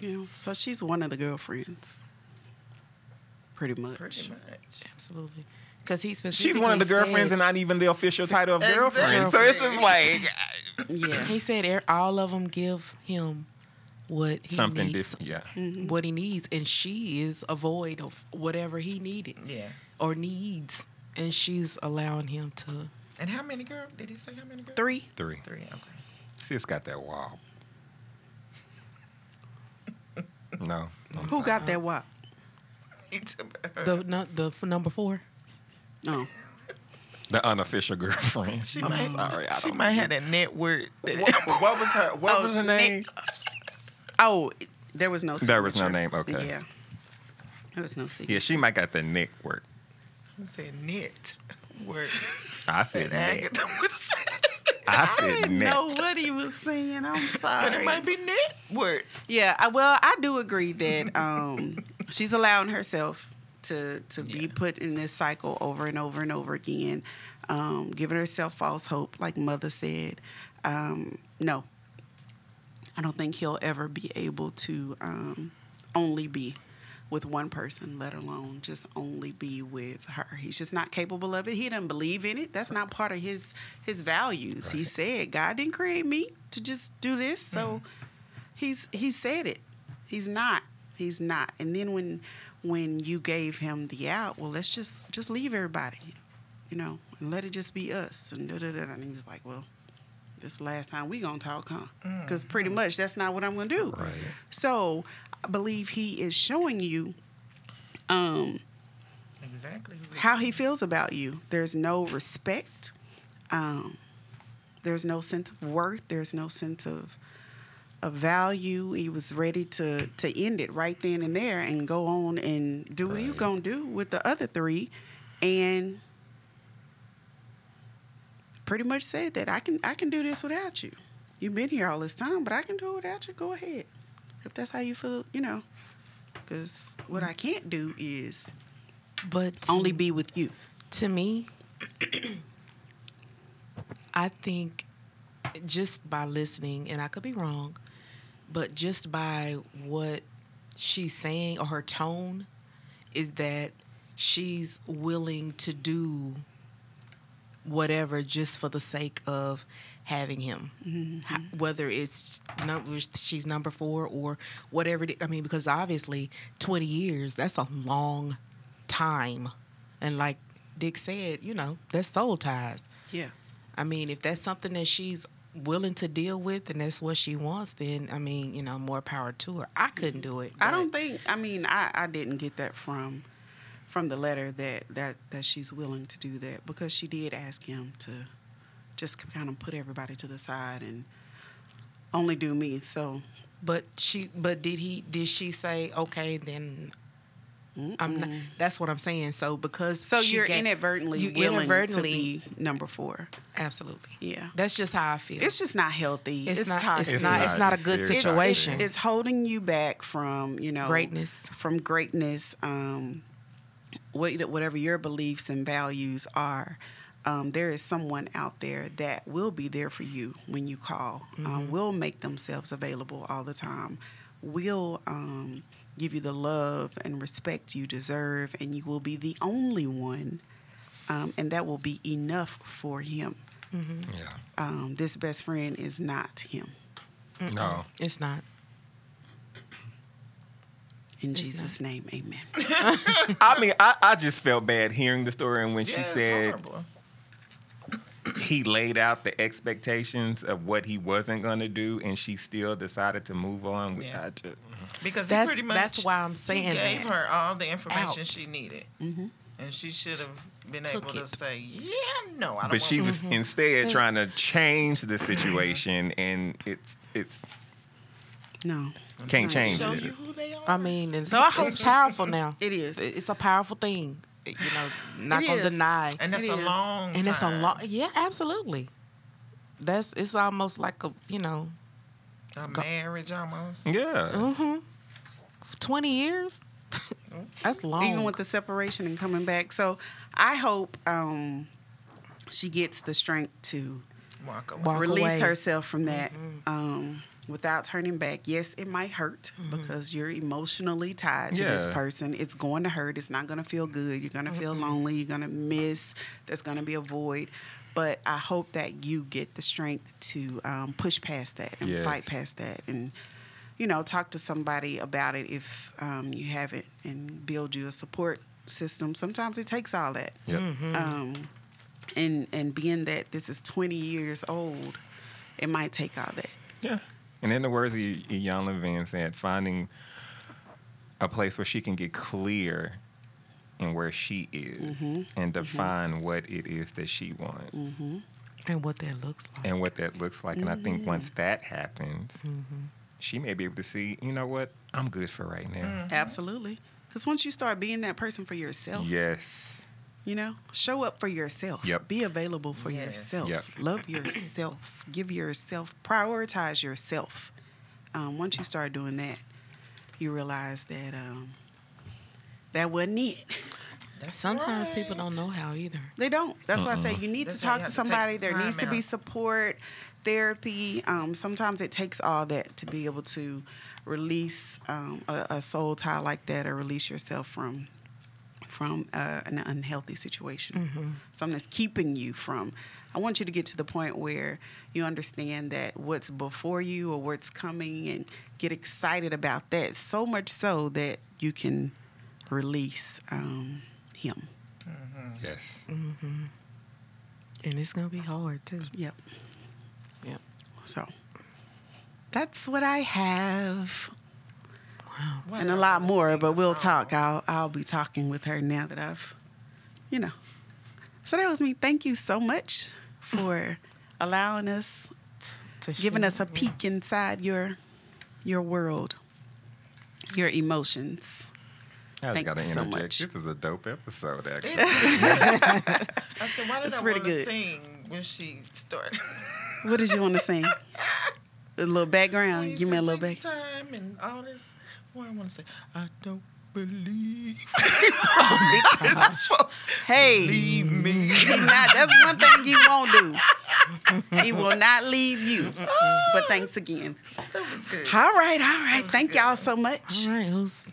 Speaker 1: Yeah. So she's one of the girlfriends. Pretty much.
Speaker 4: pretty much,
Speaker 5: Absolutely. Because he specifically
Speaker 3: She's one of the girlfriends
Speaker 5: said,
Speaker 3: and not even the official title of girlfriend. So
Speaker 4: Exactly.
Speaker 3: it's just like
Speaker 1: Yeah.
Speaker 5: he said er- all of them give him what he
Speaker 3: something
Speaker 5: needs,
Speaker 3: different. Yeah.
Speaker 5: what he needs, and she is a void of whatever he needed
Speaker 4: yeah.
Speaker 5: or needs, and she's allowing him to.
Speaker 4: And how many girl? Did he say how many girls?
Speaker 1: Three.
Speaker 3: Three.
Speaker 4: Three. Okay.
Speaker 3: See, it's got that wall. No. I'm
Speaker 1: Who
Speaker 3: sorry.
Speaker 1: got that what?
Speaker 4: He took her.
Speaker 5: The no, the f- number four.
Speaker 1: No.
Speaker 3: the unofficial girlfriend?
Speaker 4: she
Speaker 3: I'm
Speaker 4: might.
Speaker 3: sorry. I
Speaker 4: she
Speaker 3: don't-
Speaker 4: might have that net word. that-
Speaker 3: What, what was her? What
Speaker 4: Oh,
Speaker 3: was her
Speaker 4: Nick.
Speaker 3: name?
Speaker 1: Oh, it- there was no. Signature.
Speaker 3: There was no name, okay.
Speaker 1: Yeah. There was no secret.
Speaker 3: Yeah, she might got the Nick work.
Speaker 4: I'm saying net word.
Speaker 3: I said
Speaker 4: And I
Speaker 3: Nick.
Speaker 4: get-
Speaker 3: I
Speaker 1: I
Speaker 3: said
Speaker 1: didn't
Speaker 3: Nick.
Speaker 1: know what he was saying. I'm sorry.
Speaker 4: But it might be net word.
Speaker 1: Yeah, I, well, I do agree that um, she's allowing herself to to be
Speaker 4: Yeah.
Speaker 1: put in this cycle over and over and over again, um, giving herself false hope, like Mother said. Um, no, I don't think he'll ever be able to um, only be with one person, let alone just only be with her. He's just not capable of it. He doesn't believe in it. That's not part of his his values. He
Speaker 3: Right.
Speaker 1: said, "God didn't create me to just do this." So he's he said it. He's not. He's not. And then when when you gave him the out, well, let's just just leave everybody, you know, and let it just be us. And da da da. And he was like, well. This last time we gonna talk, huh? Because pretty much that's not what I'm gonna do.
Speaker 3: Right.
Speaker 1: So I believe he is showing you um,
Speaker 4: Exactly. who it
Speaker 1: how
Speaker 4: is.
Speaker 1: he feels about you. There's no respect. Um, there's no sense of worth. There's no sense of of value. He was ready to to end it right then and there and go on and do what you
Speaker 3: Right.
Speaker 1: gonna do with the other three, and pretty much said that I can I can do this without you. You've been here all this time, but I can do it without you. Go ahead, if that's how you feel, you know. Because what I can't do is
Speaker 5: But to-
Speaker 1: only be with you.
Speaker 5: to me, I think just by listening, and I could be wrong, but just by what she's saying or her tone is that she's willing to do whatever just for the sake of having him Ho- whether it's number she's number four or whatever it i- i mean because obviously 20 years that's a long time and like dick said you know that's soul ties
Speaker 1: Yeah.
Speaker 5: I mean, if that's something that she's willing to deal with and that's what she wants, then I mean, you know, more power to her. I couldn't do it.
Speaker 1: I
Speaker 5: but-
Speaker 1: don't think I mean I, I didn't get that from from the letter that, that that she's willing to do that because she did ask him to just kind of put everybody to the side and only do me. So
Speaker 5: But she. But did he? Did she say okay? Then I'm not. That's what I'm saying. So because
Speaker 1: so
Speaker 5: she
Speaker 1: you're
Speaker 5: got-
Speaker 1: inadvertently
Speaker 5: you
Speaker 1: willing
Speaker 5: inadvertently
Speaker 1: to be number four.
Speaker 5: absolutely.
Speaker 1: Yeah.
Speaker 5: That's just how I feel.
Speaker 1: It's just not healthy. It's,
Speaker 5: it's, not.
Speaker 1: toxic.
Speaker 5: It's not. It's not a good
Speaker 3: It's-
Speaker 1: It's-
Speaker 5: situation.
Speaker 1: It's, it's holding you back from you know
Speaker 5: Greatness.
Speaker 1: from greatness. Um, what- whatever your beliefs and values are, um, there is someone out there that will be there for you when you call.
Speaker 5: Mm-hmm.
Speaker 1: Um, will make themselves available all the time. Will um, give you the love and respect you deserve, and you will be the only one um, and that will be enough for him.
Speaker 3: Yeah.
Speaker 1: Um, this best friend is not him
Speaker 3: No.
Speaker 5: It's not.
Speaker 1: in Jesus' name, Amen.
Speaker 3: I mean, I, I just felt bad hearing the story and when
Speaker 4: Yeah,
Speaker 3: she
Speaker 4: it's
Speaker 3: said
Speaker 4: horrible.
Speaker 3: he laid out the expectations of what he wasn't going to do and she still decided to move on.
Speaker 4: Yeah.
Speaker 3: I just-
Speaker 4: because
Speaker 5: That's-
Speaker 4: he pretty much
Speaker 5: that's why I'm saying
Speaker 4: he gave
Speaker 5: that.
Speaker 4: her all the information
Speaker 5: Out. Mm-hmm.
Speaker 4: she needed,
Speaker 1: Mhm.
Speaker 4: and she should have been
Speaker 5: Took
Speaker 4: able to
Speaker 5: it.
Speaker 4: say, "Yeah, no, I don't."
Speaker 3: but she
Speaker 4: want
Speaker 3: was instead trying to change the situation and it's it's
Speaker 1: No,
Speaker 3: can't
Speaker 1: Right.
Speaker 3: change
Speaker 4: show
Speaker 3: it.
Speaker 4: you who they are.
Speaker 5: I mean, it's,
Speaker 1: So I hope-
Speaker 5: it's powerful now.
Speaker 1: it is.
Speaker 5: It- It's a powerful thing. You know, not
Speaker 1: It
Speaker 5: gonna
Speaker 1: is.
Speaker 5: deny.
Speaker 4: and that's
Speaker 1: it
Speaker 4: a
Speaker 1: is.
Speaker 4: long.
Speaker 5: And it's a
Speaker 4: time.
Speaker 5: lot. Yeah, absolutely. That's it's almost like a you know,
Speaker 4: A marriage almost.
Speaker 3: Yeah.
Speaker 4: Mm-hmm.
Speaker 5: hmm twenty years. That's long.
Speaker 1: even with the separation and coming back. So I hope um, she gets the strength to
Speaker 4: Walk away.
Speaker 5: Walk-
Speaker 1: release
Speaker 5: away.
Speaker 1: herself from that
Speaker 3: Mm-hmm.
Speaker 1: um, without turning back. Yes, it might hurt because you're emotionally tied to this
Speaker 3: Mm-hmm. Yeah.
Speaker 1: person. It's going to hurt. It's not going to feel good. You're going to feel lonely. You're going to miss. There's going to be a void. But I hope that you get the strength to um, push past that and
Speaker 3: Yes.
Speaker 1: fight past that and. You know, talk to somebody about it if um, you haven't, and build you a support system. Sometimes it takes all that
Speaker 3: Yep.
Speaker 1: um, and and being that this is 20 years old, it might take all that.
Speaker 3: Yeah. And in the words of Y- Ian Levin said, finding a place where she can get clear in where she is
Speaker 1: Mm-hmm.
Speaker 3: and define what it is that she wants
Speaker 5: and what that looks like.
Speaker 3: and what that looks like. And I
Speaker 1: Mm-hmm.
Speaker 3: think once that happens, she may be able to see, you know what, I'm good for right now.
Speaker 1: Absolutely, because once you start being that person for yourself,
Speaker 3: Yes.
Speaker 1: you know, show up for yourself.
Speaker 3: Yep.
Speaker 1: Be available for
Speaker 4: Yes.
Speaker 1: yourself.
Speaker 3: Yep.
Speaker 1: Love yourself. Give yourself. Prioritize yourself. Um, once you start doing that, you realize that um, that wasn't it.
Speaker 4: That's
Speaker 5: Sometimes
Speaker 4: right.
Speaker 5: people don't know how either.
Speaker 1: They don't. That's why I say you need
Speaker 4: That's
Speaker 1: to
Speaker 4: why you
Speaker 1: talk
Speaker 4: have
Speaker 1: to
Speaker 4: to take
Speaker 1: somebody.
Speaker 4: the
Speaker 1: there
Speaker 4: time
Speaker 1: needs to be
Speaker 4: out.
Speaker 1: support, therapy. Um, sometimes it takes all that to be able to release um, a, a soul tie like that, or release yourself from from uh, an unhealthy situation, something that's keeping you from. I want you to get to the point where you understand that what's before you or what's coming, and get excited about that so much so that you can release um, him.
Speaker 3: Yes.
Speaker 5: And it's gonna be hard too.
Speaker 1: Yep.
Speaker 5: Yep.
Speaker 1: So that's what I have,
Speaker 4: What
Speaker 1: and a
Speaker 4: else?
Speaker 1: lot more. But we'll
Speaker 4: song.
Speaker 1: talk. I'll I'll be talking with her now that I've, you know. So that was me. Thank you so much for allowing us,
Speaker 5: For
Speaker 1: giving
Speaker 5: sure.
Speaker 1: us a peek inside your your world, your emotions.
Speaker 3: I just
Speaker 1: Thank
Speaker 3: got to
Speaker 1: you so
Speaker 3: interject.
Speaker 1: much.
Speaker 3: This is a dope episode, actually.
Speaker 4: I said, why did
Speaker 1: It's
Speaker 4: I
Speaker 1: pretty
Speaker 4: want to
Speaker 1: good.
Speaker 4: sing when she started?
Speaker 1: What did you want to sing? A little background. Uh, Give me a little back.
Speaker 4: Take Time and all this. What I want to say, I don't believe.
Speaker 1: Hey,
Speaker 4: Leave me.
Speaker 1: He not. That's one thing he won't do. He will not leave you. But thanks again.
Speaker 4: That was good.
Speaker 1: All right, all right. Thank y'all so much.
Speaker 5: All right, who's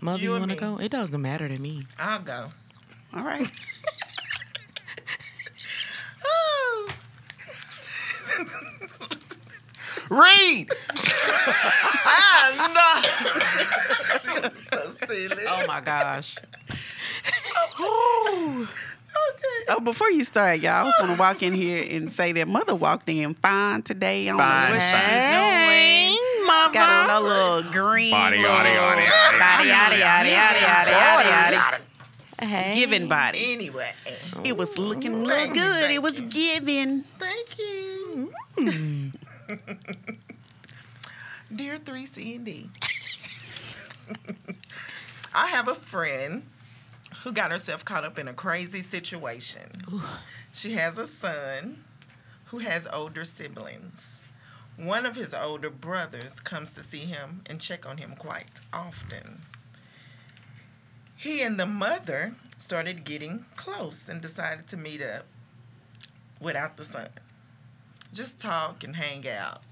Speaker 5: mother?
Speaker 4: You
Speaker 5: You,
Speaker 4: and
Speaker 5: wanna
Speaker 4: me.
Speaker 5: go? It doesn't matter to me.
Speaker 4: I'll go.
Speaker 1: All right.
Speaker 4: Oh.
Speaker 3: Read!
Speaker 4: so silly.
Speaker 5: Oh my gosh.
Speaker 4: Okay.
Speaker 1: Oh, before you start, y'all, I was gonna walk in here and say that mother walked in fine today. On
Speaker 3: Fine,
Speaker 1: what she
Speaker 3: fine.
Speaker 1: doing? She got on a little green
Speaker 3: Body,
Speaker 1: little
Speaker 3: body, body,
Speaker 1: body,
Speaker 3: body, body,
Speaker 1: yada, yada, yada, yada, yada.
Speaker 5: Hey.
Speaker 1: Giving body.
Speaker 4: Anyway,
Speaker 1: It was looking
Speaker 4: Thank
Speaker 1: look
Speaker 4: you,
Speaker 1: good. It
Speaker 4: thank
Speaker 1: was
Speaker 4: you.
Speaker 1: giving.
Speaker 4: thank you. Mm. Dear 3C and D, I have a friend who got herself caught up in a crazy situation. She has a son who has older siblings. One of his older brothers comes to see him and check on him quite often. He and the mother started getting close and decided to meet up without the son. Just talk and hang out.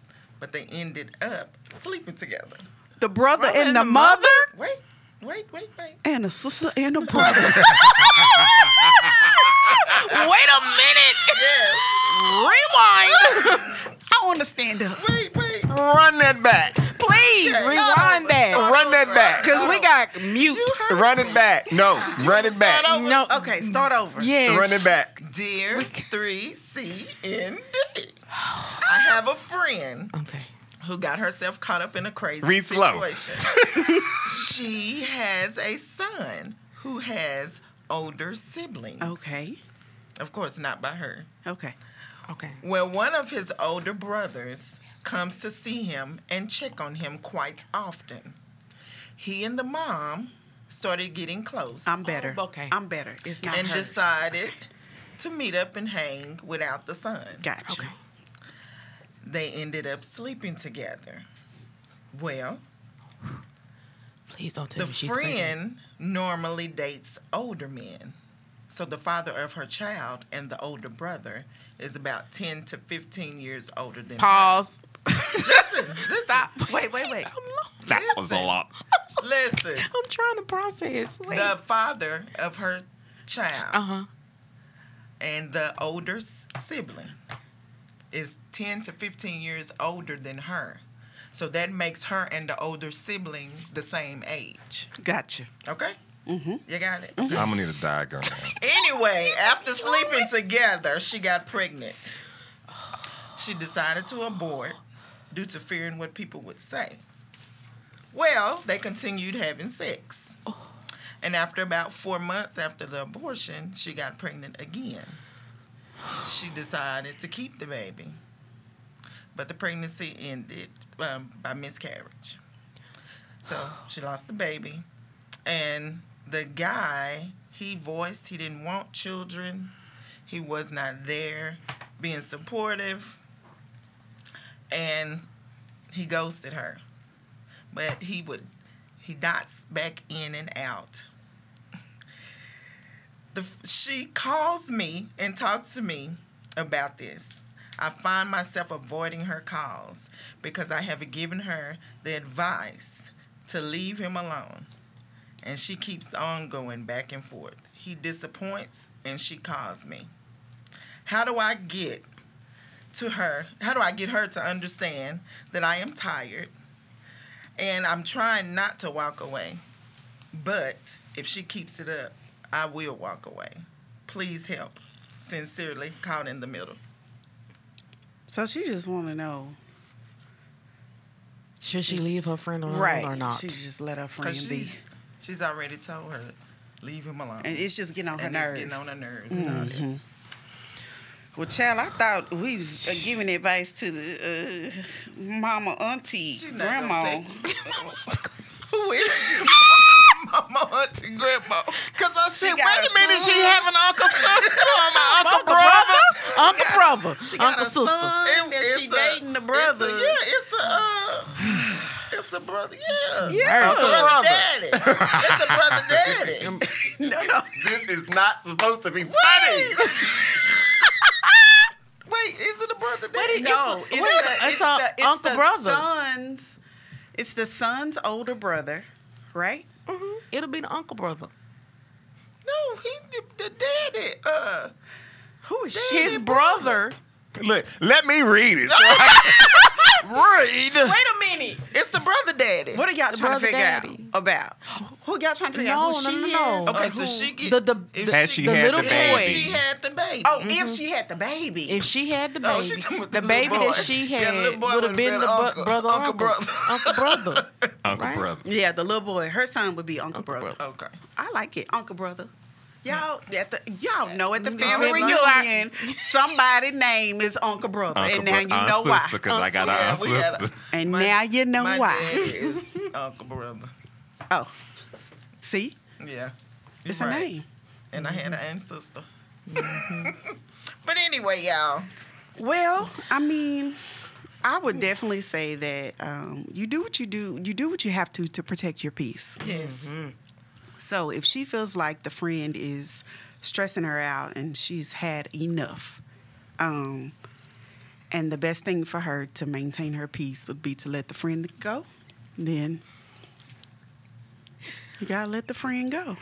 Speaker 4: But they ended up sleeping together.
Speaker 1: The brother
Speaker 5: Brother
Speaker 1: and
Speaker 5: and
Speaker 1: the
Speaker 5: the
Speaker 1: mother
Speaker 4: Wait, wait, wait, wait.
Speaker 1: and a sister and a brother.
Speaker 5: Wait a minute.
Speaker 4: Yes.
Speaker 5: Rewind.
Speaker 1: I want to stand up.
Speaker 4: Wait, wait.
Speaker 3: Run that back.
Speaker 5: Please rewind that.
Speaker 3: Run that back.
Speaker 5: Because we got mute.
Speaker 3: Run it back. No, run it back.
Speaker 4: Start over.
Speaker 5: No.
Speaker 4: Oh, Okay, start over.
Speaker 5: Yes.
Speaker 3: Run it back.
Speaker 4: Dear 3C and D. I have a friend
Speaker 5: Okay.
Speaker 4: who got herself caught up in a crazy
Speaker 3: Read slow.
Speaker 4: situation. she has a son who has older siblings.
Speaker 1: Okay.
Speaker 4: Of course, not by her.
Speaker 1: Okay.
Speaker 5: Okay.
Speaker 4: Well, one of his older brothers comes to see him and check on him quite often. He and the mom started getting close
Speaker 1: I'm better.
Speaker 5: Oh, okay.
Speaker 1: I'm better. It's not
Speaker 4: and uh,
Speaker 1: her.
Speaker 4: decided to meet up and hang without the son.
Speaker 1: Gotcha.
Speaker 5: Okay.
Speaker 4: They ended up sleeping together. Well,
Speaker 5: Please don't tell
Speaker 4: the
Speaker 5: me she's pregnant.
Speaker 4: friend normally dates older men. So the father of her child and the older brother is about 10 to 15 years older than her.
Speaker 5: Pause.
Speaker 4: Stop.
Speaker 1: Wait, wait, wait.
Speaker 3: That was a lot.
Speaker 4: Listen.
Speaker 5: I'm trying to process. Wait.
Speaker 4: The father of her child
Speaker 5: Uh huh.
Speaker 4: and the older s- sibling is 10 to 15 years older than her. So that makes her and the older sibling the same age.
Speaker 1: Gotcha.
Speaker 4: Okay?
Speaker 1: Mhm.
Speaker 4: You got it?
Speaker 3: I'm gonna need a diagram.
Speaker 4: Anyway, after sleeping together, she got pregnant. She decided to abort due to fearing what people would say. Well, they continued having sex. And after about four months after the abortion, she got pregnant again. She decided to keep the baby. But the pregnancy ended um, by miscarriage. So she lost the baby. And the guy, he voiced he didn't want children. He was not there being supportive. And he ghosted her. But he would, he dots back in and out. The, she calls me and talks to me about this. I find myself avoiding her calls because I have given her the advice to leave him alone and she keeps on going back and forth. He disappoints and she calls me. How do I get to her? How do I get her to understand that I am tired and I'm trying not to walk away? But if she keeps it up, I will walk away. Please help. Sincerely, caught in the middle.
Speaker 1: So she just want to know,
Speaker 5: Should she leave her friend alone
Speaker 1: right?
Speaker 5: or not?
Speaker 1: She just let her friend
Speaker 4: Because
Speaker 1: be,
Speaker 4: she's, she's already told her, leave him alone.
Speaker 1: and it's just getting on her
Speaker 4: And it's
Speaker 1: nerves. Mm-hmm.
Speaker 4: getting on her nerves. and all that.
Speaker 1: Well, child, I thought we was uh, giving advice to the uh, mama, auntie,
Speaker 4: She not gonna
Speaker 1: grandma.
Speaker 4: take it. Who is she? Mama, auntie, grandma.
Speaker 3: Cause I said,
Speaker 1: got a son.
Speaker 3: have an uncle sister or my
Speaker 5: Uncle brother, uncle brother, uncle
Speaker 1: a
Speaker 5: sister.
Speaker 1: son.
Speaker 4: It-
Speaker 1: that
Speaker 4: it's
Speaker 1: she
Speaker 4: a-
Speaker 1: dating the brother.
Speaker 4: It's a, yeah, it's a, uh, it's a brother. Yeah.
Speaker 1: Yeah.
Speaker 4: It's a brother daddy. It's a brother daddy.
Speaker 1: no, no.
Speaker 3: This is not supposed to be funny.
Speaker 4: Wait, is it a brother daddy?
Speaker 1: No,
Speaker 5: it's a- wait, it's a uncle brother.
Speaker 1: son's. It's the son's older brother, right?
Speaker 5: Mhm. It'll be the uncle brother.
Speaker 4: No, he the, the daddy. Uh,
Speaker 1: Who is she?
Speaker 5: His brother.
Speaker 3: Look, let me read it. read.
Speaker 5: Wait a minute.
Speaker 4: it's the brother daddy.
Speaker 1: What are y'all
Speaker 5: The
Speaker 1: trying to
Speaker 5: brother
Speaker 1: figure
Speaker 5: daddy.
Speaker 1: out about? Who y'all trying to figure out
Speaker 5: No,
Speaker 1: who
Speaker 5: no,
Speaker 1: she
Speaker 5: no,
Speaker 1: is?
Speaker 5: no.
Speaker 1: or
Speaker 4: Okay, so
Speaker 1: who-
Speaker 4: she get
Speaker 5: The the
Speaker 4: if
Speaker 5: the,
Speaker 3: Has she
Speaker 5: the
Speaker 3: had the
Speaker 5: little
Speaker 3: baby?
Speaker 4: if she
Speaker 5: boy.
Speaker 4: had the baby.
Speaker 1: Oh, if she had the baby.
Speaker 5: Mm-hmm. If she had the baby,
Speaker 4: No, she talking about
Speaker 5: the
Speaker 4: the
Speaker 5: baby
Speaker 4: little
Speaker 5: that
Speaker 4: boy.
Speaker 5: she
Speaker 4: Yeah, the
Speaker 5: had
Speaker 4: little boy
Speaker 5: would have
Speaker 4: would've
Speaker 5: been
Speaker 4: been
Speaker 5: the
Speaker 4: uncle-
Speaker 5: bu- brother,
Speaker 4: uncle
Speaker 5: uncle
Speaker 4: brother.
Speaker 5: brother, uncle brother.
Speaker 3: Uncle
Speaker 5: Right?
Speaker 3: brother.
Speaker 1: yeah, the little boy, her son would be Uncle, brother.
Speaker 4: okay.
Speaker 1: I like it, Uncle Brother. Y'all at the y'all know at the
Speaker 5: Mm,
Speaker 1: family
Speaker 5: Uncle
Speaker 1: reunion, somebody name is Uncle Brother,
Speaker 3: Uncle
Speaker 1: and now
Speaker 3: brother,
Speaker 1: you know why.
Speaker 3: Because I got
Speaker 4: yeah,
Speaker 3: an
Speaker 4: we
Speaker 3: yeah,
Speaker 4: got a-
Speaker 3: sister.
Speaker 1: And
Speaker 4: My-
Speaker 1: now you know
Speaker 4: My
Speaker 1: why.
Speaker 4: daddy is Uncle Brother.
Speaker 1: Oh, see,
Speaker 4: Yeah. You
Speaker 1: it's
Speaker 4: right.
Speaker 1: a name.
Speaker 4: And I had an ancestor. Mm-hmm. but anyway, y'all.
Speaker 1: Well, I mean, I would definitely say that um, you do what you do. You do what you have to to protect your peace.
Speaker 4: Yes.
Speaker 1: So if she feels like the friend is stressing her out and she's had enough, um, and the best thing for her to maintain her peace would be to let the friend go, then you gotta let the friend go.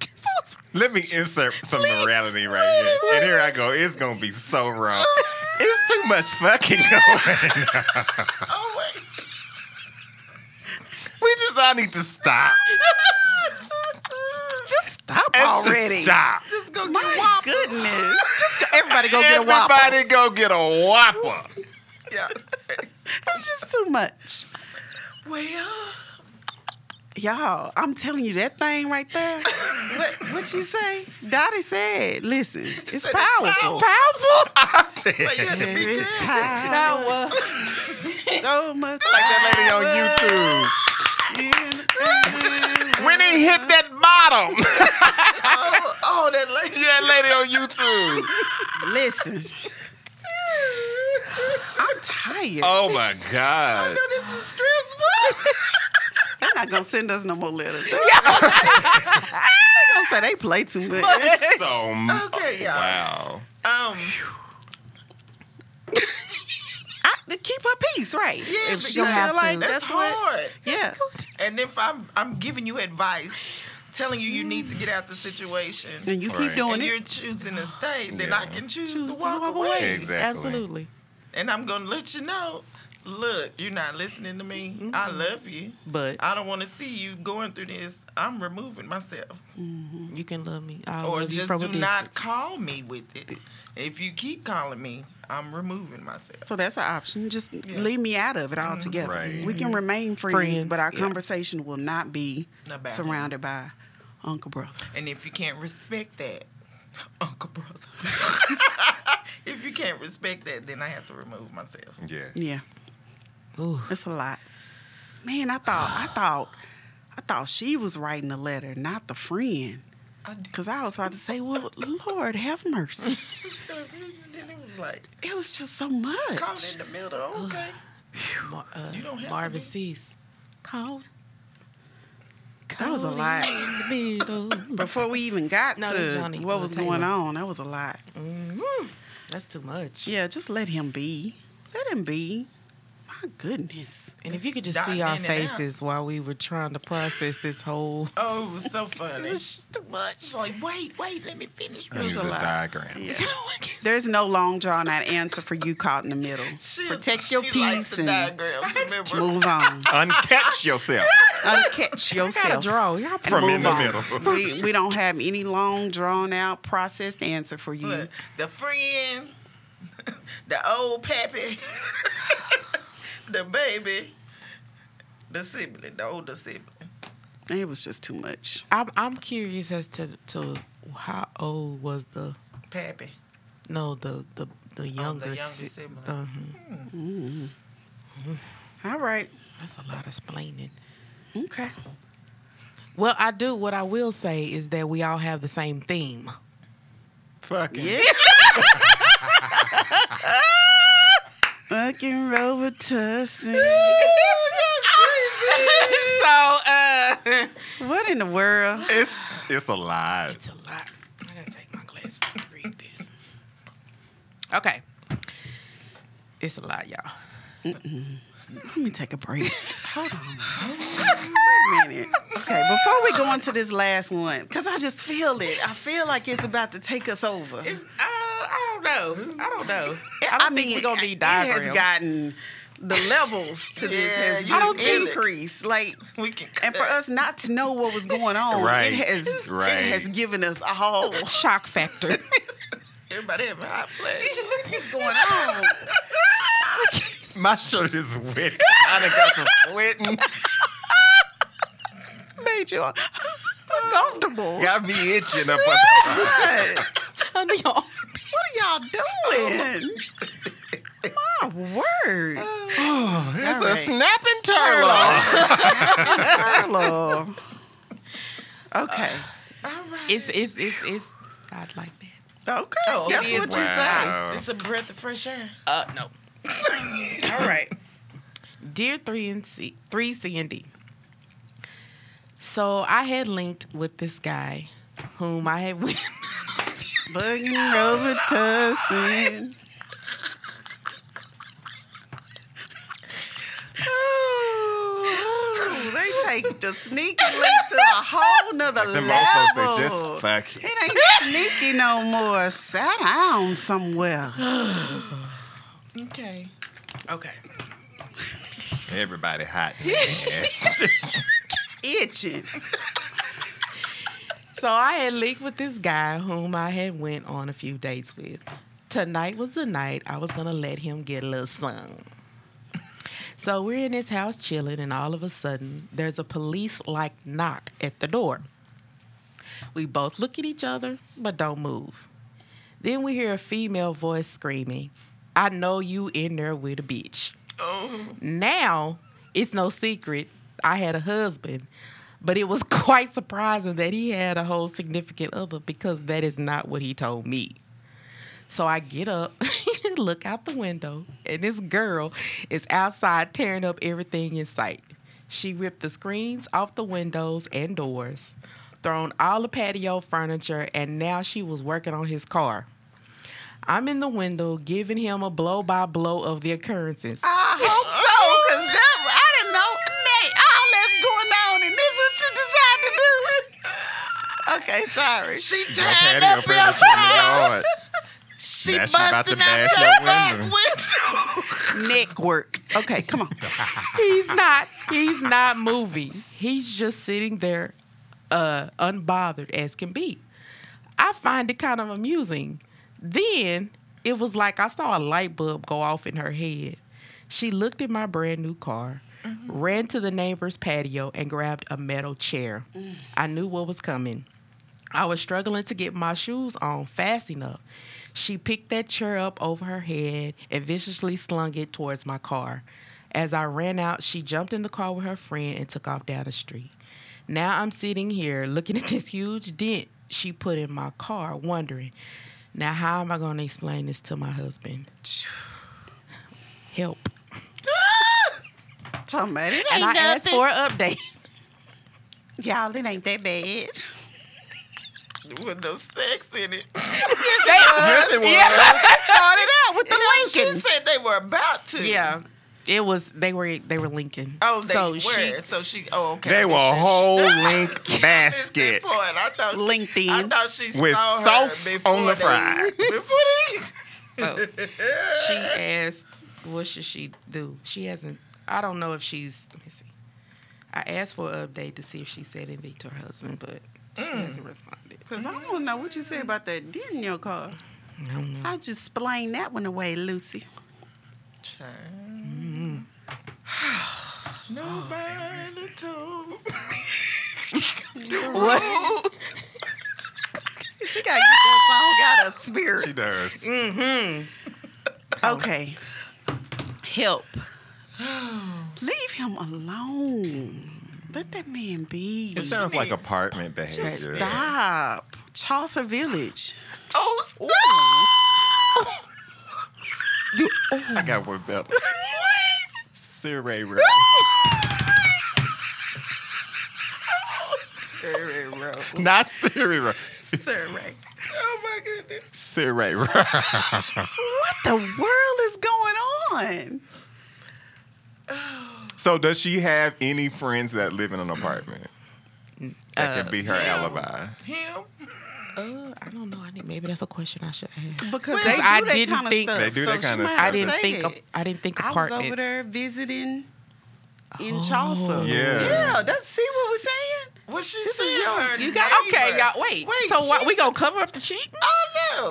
Speaker 5: What's
Speaker 6: just
Speaker 3: Let me insert some morality right here. And here I go. It's gonna be so wrong. It's too much fucking going. on.
Speaker 4: Oh wait.
Speaker 3: We just all need to stop.
Speaker 1: Just stop
Speaker 3: Let's
Speaker 1: already.
Speaker 3: just stop.
Speaker 4: Just go
Speaker 1: My
Speaker 4: get whopped.
Speaker 1: goodness. Just go, everybody go get a whopper.
Speaker 3: Everybody go get a whopper.
Speaker 4: Yeah.
Speaker 1: It's just too much.
Speaker 4: Well,
Speaker 1: Y'all, I'm telling you that thing right there. what what you say? Dottie said, listen, it's
Speaker 4: Said it's
Speaker 1: powerful.
Speaker 4: powerful.
Speaker 1: Powerful?
Speaker 3: I
Speaker 4: but you
Speaker 3: said.
Speaker 4: have to be
Speaker 1: There is
Speaker 4: good.
Speaker 1: power.
Speaker 5: Power.
Speaker 1: So much.
Speaker 3: Like that lady on YouTube. When it hit that bottom,
Speaker 4: Oh, oh, that lady.
Speaker 3: that lady on YouTube.
Speaker 1: Listen, I'm tired.
Speaker 3: Oh my God.
Speaker 4: No, this is stressful.
Speaker 1: They're not gonna send us no more letters. They're gonna say they play too much.
Speaker 3: So m-
Speaker 4: Okay, y'all.
Speaker 3: wow.
Speaker 4: Um,
Speaker 1: I, to keep her peace, right?
Speaker 4: yeah,
Speaker 1: If she
Speaker 4: because
Speaker 1: feel like
Speaker 4: that's,
Speaker 1: that's what.
Speaker 4: hard.
Speaker 1: Yeah.
Speaker 4: And if I'm, I'm giving you advice, telling you you need to get out the situation,
Speaker 1: And you keep
Speaker 3: Right.
Speaker 1: doing
Speaker 4: and
Speaker 1: it.
Speaker 4: you're choosing to stay, then I
Speaker 3: Yeah.
Speaker 4: can choose,
Speaker 1: Choose
Speaker 4: to walk away.
Speaker 3: Exactly.
Speaker 5: Absolutely.
Speaker 4: And I'm gonna let you know. Look, you're not listening to me. I love you.
Speaker 5: But
Speaker 4: I don't want to see you going through this. I'm removing myself,
Speaker 5: you can love me. I'll
Speaker 4: or
Speaker 5: love you
Speaker 4: just
Speaker 5: from a
Speaker 4: do not
Speaker 5: distance.
Speaker 4: call me with it. If you keep calling me, I'm removing myself.
Speaker 1: So that's an option. Just leave me out of it altogether.
Speaker 3: Right.
Speaker 1: We can remain friends,
Speaker 5: Mm-hmm. Friends,
Speaker 1: but our
Speaker 5: yeah.
Speaker 1: conversation will not be
Speaker 4: About it.
Speaker 1: surrounded by Uncle Brother.
Speaker 4: And if you can't respect that, Uncle Brother, if you can't respect that, then I have to remove myself.
Speaker 3: Yeah.
Speaker 1: Yeah,
Speaker 5: Ooh.
Speaker 1: it's a lot. Man, I thought, I thought, I thought she was writing the letter, not the friend.
Speaker 4: I did.
Speaker 1: Cause I was about to say, well, Lord have mercy.
Speaker 4: Then it was like,
Speaker 1: It was just so
Speaker 4: caught
Speaker 1: much.
Speaker 4: in the middle. Okay.
Speaker 5: Mar- uh,
Speaker 4: You don't have to
Speaker 5: Marvin
Speaker 4: be.
Speaker 5: Cease. Call.
Speaker 1: That was a
Speaker 5: Caught
Speaker 1: lot.
Speaker 5: in the middle.
Speaker 1: Before we even got
Speaker 5: No, this
Speaker 1: to
Speaker 5: Johnny.
Speaker 1: what
Speaker 5: It
Speaker 1: was
Speaker 5: was
Speaker 1: going
Speaker 5: Taylor.
Speaker 1: on, that was a lot.
Speaker 4: Mm-hmm.
Speaker 5: That's too much.
Speaker 1: Yeah, just let him be. Let him be. My goodness.
Speaker 5: And if you could just
Speaker 4: Dotting
Speaker 5: see our
Speaker 4: in and out.
Speaker 5: faces while we were trying to process this whole.
Speaker 4: Oh, it was so funny.
Speaker 1: just too much.
Speaker 4: She's like, wait, wait, let me finish.
Speaker 3: I use
Speaker 4: real
Speaker 3: a
Speaker 4: quick."
Speaker 3: diagram.
Speaker 1: Yeah. There's no long drawn out answer for you caught in the middle.
Speaker 4: She-
Speaker 1: Protect your
Speaker 4: she likes
Speaker 1: peace
Speaker 4: the
Speaker 1: and
Speaker 4: diagrams, remember?
Speaker 1: move on.
Speaker 3: Uncatch yourself
Speaker 1: Uncatch
Speaker 5: Gotta
Speaker 1: yourself.
Speaker 5: draw. Y'all
Speaker 3: from
Speaker 1: Move
Speaker 3: in the
Speaker 1: on.
Speaker 3: middle.
Speaker 1: We, we don't have any long drawn out processed answer for you.
Speaker 4: Look, the friend, the old pappy, the baby, the sibling, the older sibling.
Speaker 1: It was just too much.
Speaker 5: I'm, I'm curious as to, to how old was the
Speaker 4: Pappy.
Speaker 5: no the the the
Speaker 4: Oh,
Speaker 5: younger,
Speaker 4: younger
Speaker 5: si-
Speaker 4: sibling.
Speaker 5: Mhm.
Speaker 1: All right.
Speaker 5: That's a lot of explaining.
Speaker 1: Okay.
Speaker 5: Well, I do. What I will say is that we all have the same theme.
Speaker 3: Fucking.
Speaker 1: Yeah. Fucking Robitussin.
Speaker 5: so, uh,
Speaker 1: What in the world?
Speaker 3: It's it's a lie.
Speaker 5: it's a lot. I gotta take my glasses to read this. Okay, it's a lot, y'all.
Speaker 1: Let me take a break. Hold on. Wait a minute. Okay, before we go into this last one, because I just feel it. I feel like it's about to take us over.
Speaker 5: It's, uh, I don't know. I don't know. I don't think we're gonna need
Speaker 1: it has
Speaker 5: diagrams.
Speaker 1: gotten the levels to this has
Speaker 4: Yeah, you
Speaker 1: just
Speaker 4: feel it.
Speaker 1: increased. Like,
Speaker 4: We can
Speaker 1: and for us not to know what was going on,
Speaker 3: Right,
Speaker 1: it has
Speaker 3: right.
Speaker 1: it has given us a whole what's
Speaker 5: Shock factor.
Speaker 4: everybody having hot flash.
Speaker 1: going on.
Speaker 3: My shirt is wet. I done got the sweating.
Speaker 1: Made you uncomfortable.
Speaker 3: Got me itching up on the
Speaker 1: What?
Speaker 5: Under your arm.
Speaker 1: What are y'all doing? My word.
Speaker 3: Oh, it's
Speaker 1: All
Speaker 3: a
Speaker 1: right.
Speaker 3: snapping turtle.
Speaker 1: Carlo. Okay.
Speaker 4: All right.
Speaker 5: It's it's it's it's. I'd like that.
Speaker 1: Okay.
Speaker 4: Oh,
Speaker 1: That's
Speaker 4: it
Speaker 1: what
Speaker 4: is.
Speaker 1: you say.
Speaker 3: Wow.
Speaker 4: it's a breath of fresh air.
Speaker 5: Uh, no.
Speaker 1: All right.
Speaker 5: Dear three and C, three C and D. So I had linked with this guy, whom I had went.
Speaker 1: Bugging over Tussin.
Speaker 4: Oh,
Speaker 1: Oh, They take the sneaky link to a whole nother
Speaker 3: The mofos
Speaker 1: level.
Speaker 3: are just fuck it.
Speaker 1: It ain't sneaky no more. Sit down somewhere.
Speaker 4: Okay.
Speaker 7: Okay.
Speaker 3: Everybody hot. in their ass.
Speaker 1: Itching.
Speaker 5: So I had linked with this guy whom I had went on a few dates with. Tonight was the night I was gonna let him get a little slung. So we're in his house chilling, and all of a sudden there's a police-like knock at the door. We both look at each other but don't move. Then we hear a female voice screaming, "I know you in there with a bitch."
Speaker 4: Oh.
Speaker 5: Now, it's no secret I had a husband, but it was quite surprising that he had a whole significant other because that is not what he told me. So I get up, look out the window, and this girl is outside tearing up everything in sight. She ripped the screens off the windows and doors, thrown all the patio furniture, and now she was working on his car. I'm in the window giving him a blow by blow of the occurrences.
Speaker 1: I hope so, cause that I didn't know Nate, all that's going on, and this what you decide to do. Okay, sorry.
Speaker 4: She
Speaker 3: Your
Speaker 4: tied
Speaker 3: patio
Speaker 4: up your
Speaker 3: furniture hard.
Speaker 4: She
Speaker 3: Now she about
Speaker 4: busted
Speaker 3: to
Speaker 4: out
Speaker 3: bash
Speaker 4: your
Speaker 3: your
Speaker 4: back
Speaker 3: window.
Speaker 4: window.
Speaker 1: Network. Okay, come on.
Speaker 5: he's not he's not moving he's just sitting there uh unbothered as can be i find it kind of amusing then it was like i saw a light bulb go off in her head she looked at my brand new car ran to the neighbor's patio and grabbed a metal chair i knew what was coming I was struggling to get my shoes on fast enough. She picked that chair up over her head and viciously slung it towards my car. As I ran out, she jumped in the car with her friend and took off down the street. Now I'm sitting here looking at this huge dent she put in my car, wondering, now how am I going to explain this to my husband? Help.
Speaker 1: Talking about it
Speaker 5: And
Speaker 1: ain't
Speaker 5: I asked
Speaker 1: nothing.
Speaker 5: for an update.
Speaker 1: Y'all, it ain't that bad.
Speaker 4: With no sex in it.
Speaker 3: Yes, it was.
Speaker 1: Started out with the
Speaker 4: She
Speaker 1: Lincoln.
Speaker 4: said they were about to.
Speaker 5: Yeah. It was they were they were linking.
Speaker 4: Oh, they
Speaker 5: so
Speaker 4: were.
Speaker 5: She,
Speaker 4: so she. Oh, okay.
Speaker 3: They were a whole link
Speaker 4: This is the
Speaker 3: basket
Speaker 4: point. I thought. I
Speaker 1: LinkedIn.
Speaker 4: thought she
Speaker 3: with
Speaker 4: saw her
Speaker 3: sauce
Speaker 4: before
Speaker 3: on the
Speaker 4: they-
Speaker 3: fries.
Speaker 4: Before they.
Speaker 5: So Oh. she asked, "What should she do?" She hasn't. I don't know if she's. Let me see. I asked for an update to see if she said anything to her husband, but she hasn't responded.
Speaker 1: Cause I don't know what you say about that dent in your car.
Speaker 5: I don't know.
Speaker 1: I just explain that one away, Lucy.
Speaker 5: Oh,
Speaker 4: Nobody told.
Speaker 1: What? she gotta get that song out of spirit.
Speaker 3: She does.
Speaker 1: Okay. Help. Leave him alone. Let that man be.
Speaker 3: It sounds like apartment
Speaker 1: Just
Speaker 3: behavior.
Speaker 1: stop. Chaucer Village.
Speaker 4: Oh, stop.
Speaker 3: I got one belt. Surrey Road.
Speaker 1: Surrey Road.
Speaker 3: Not Surrey Road.
Speaker 1: Surrey.
Speaker 4: Oh my goodness.
Speaker 3: Surrey Road.
Speaker 1: What the world is going on?
Speaker 3: So does she have any friends that live in an apartment? That could be her alibi.
Speaker 4: Him.
Speaker 5: Uh, I don't know. I think maybe that's a question I should ask.
Speaker 1: Because
Speaker 5: Well,
Speaker 1: they do
Speaker 5: I
Speaker 1: that
Speaker 5: didn't
Speaker 1: kind of
Speaker 5: think-
Speaker 1: stuff.
Speaker 3: They do
Speaker 1: so
Speaker 3: that
Speaker 1: she
Speaker 3: kinda
Speaker 1: might
Speaker 3: stuff.
Speaker 5: I
Speaker 1: have
Speaker 5: didn't
Speaker 1: said
Speaker 5: think.
Speaker 1: it.
Speaker 5: Of, I didn't think
Speaker 1: I was
Speaker 5: apartment.
Speaker 1: over there visiting
Speaker 5: Oh.
Speaker 1: in Chaucer.
Speaker 3: Yeah.
Speaker 1: Yeah, that's see what we're saying?
Speaker 4: What she
Speaker 1: This
Speaker 4: said.
Speaker 1: is your-
Speaker 4: her
Speaker 1: you
Speaker 4: neighbor.
Speaker 1: got-
Speaker 5: Okay, y'all. Wait.
Speaker 4: Wait,
Speaker 5: so what?
Speaker 4: she
Speaker 5: We gonna cover up the cheat?
Speaker 4: Oh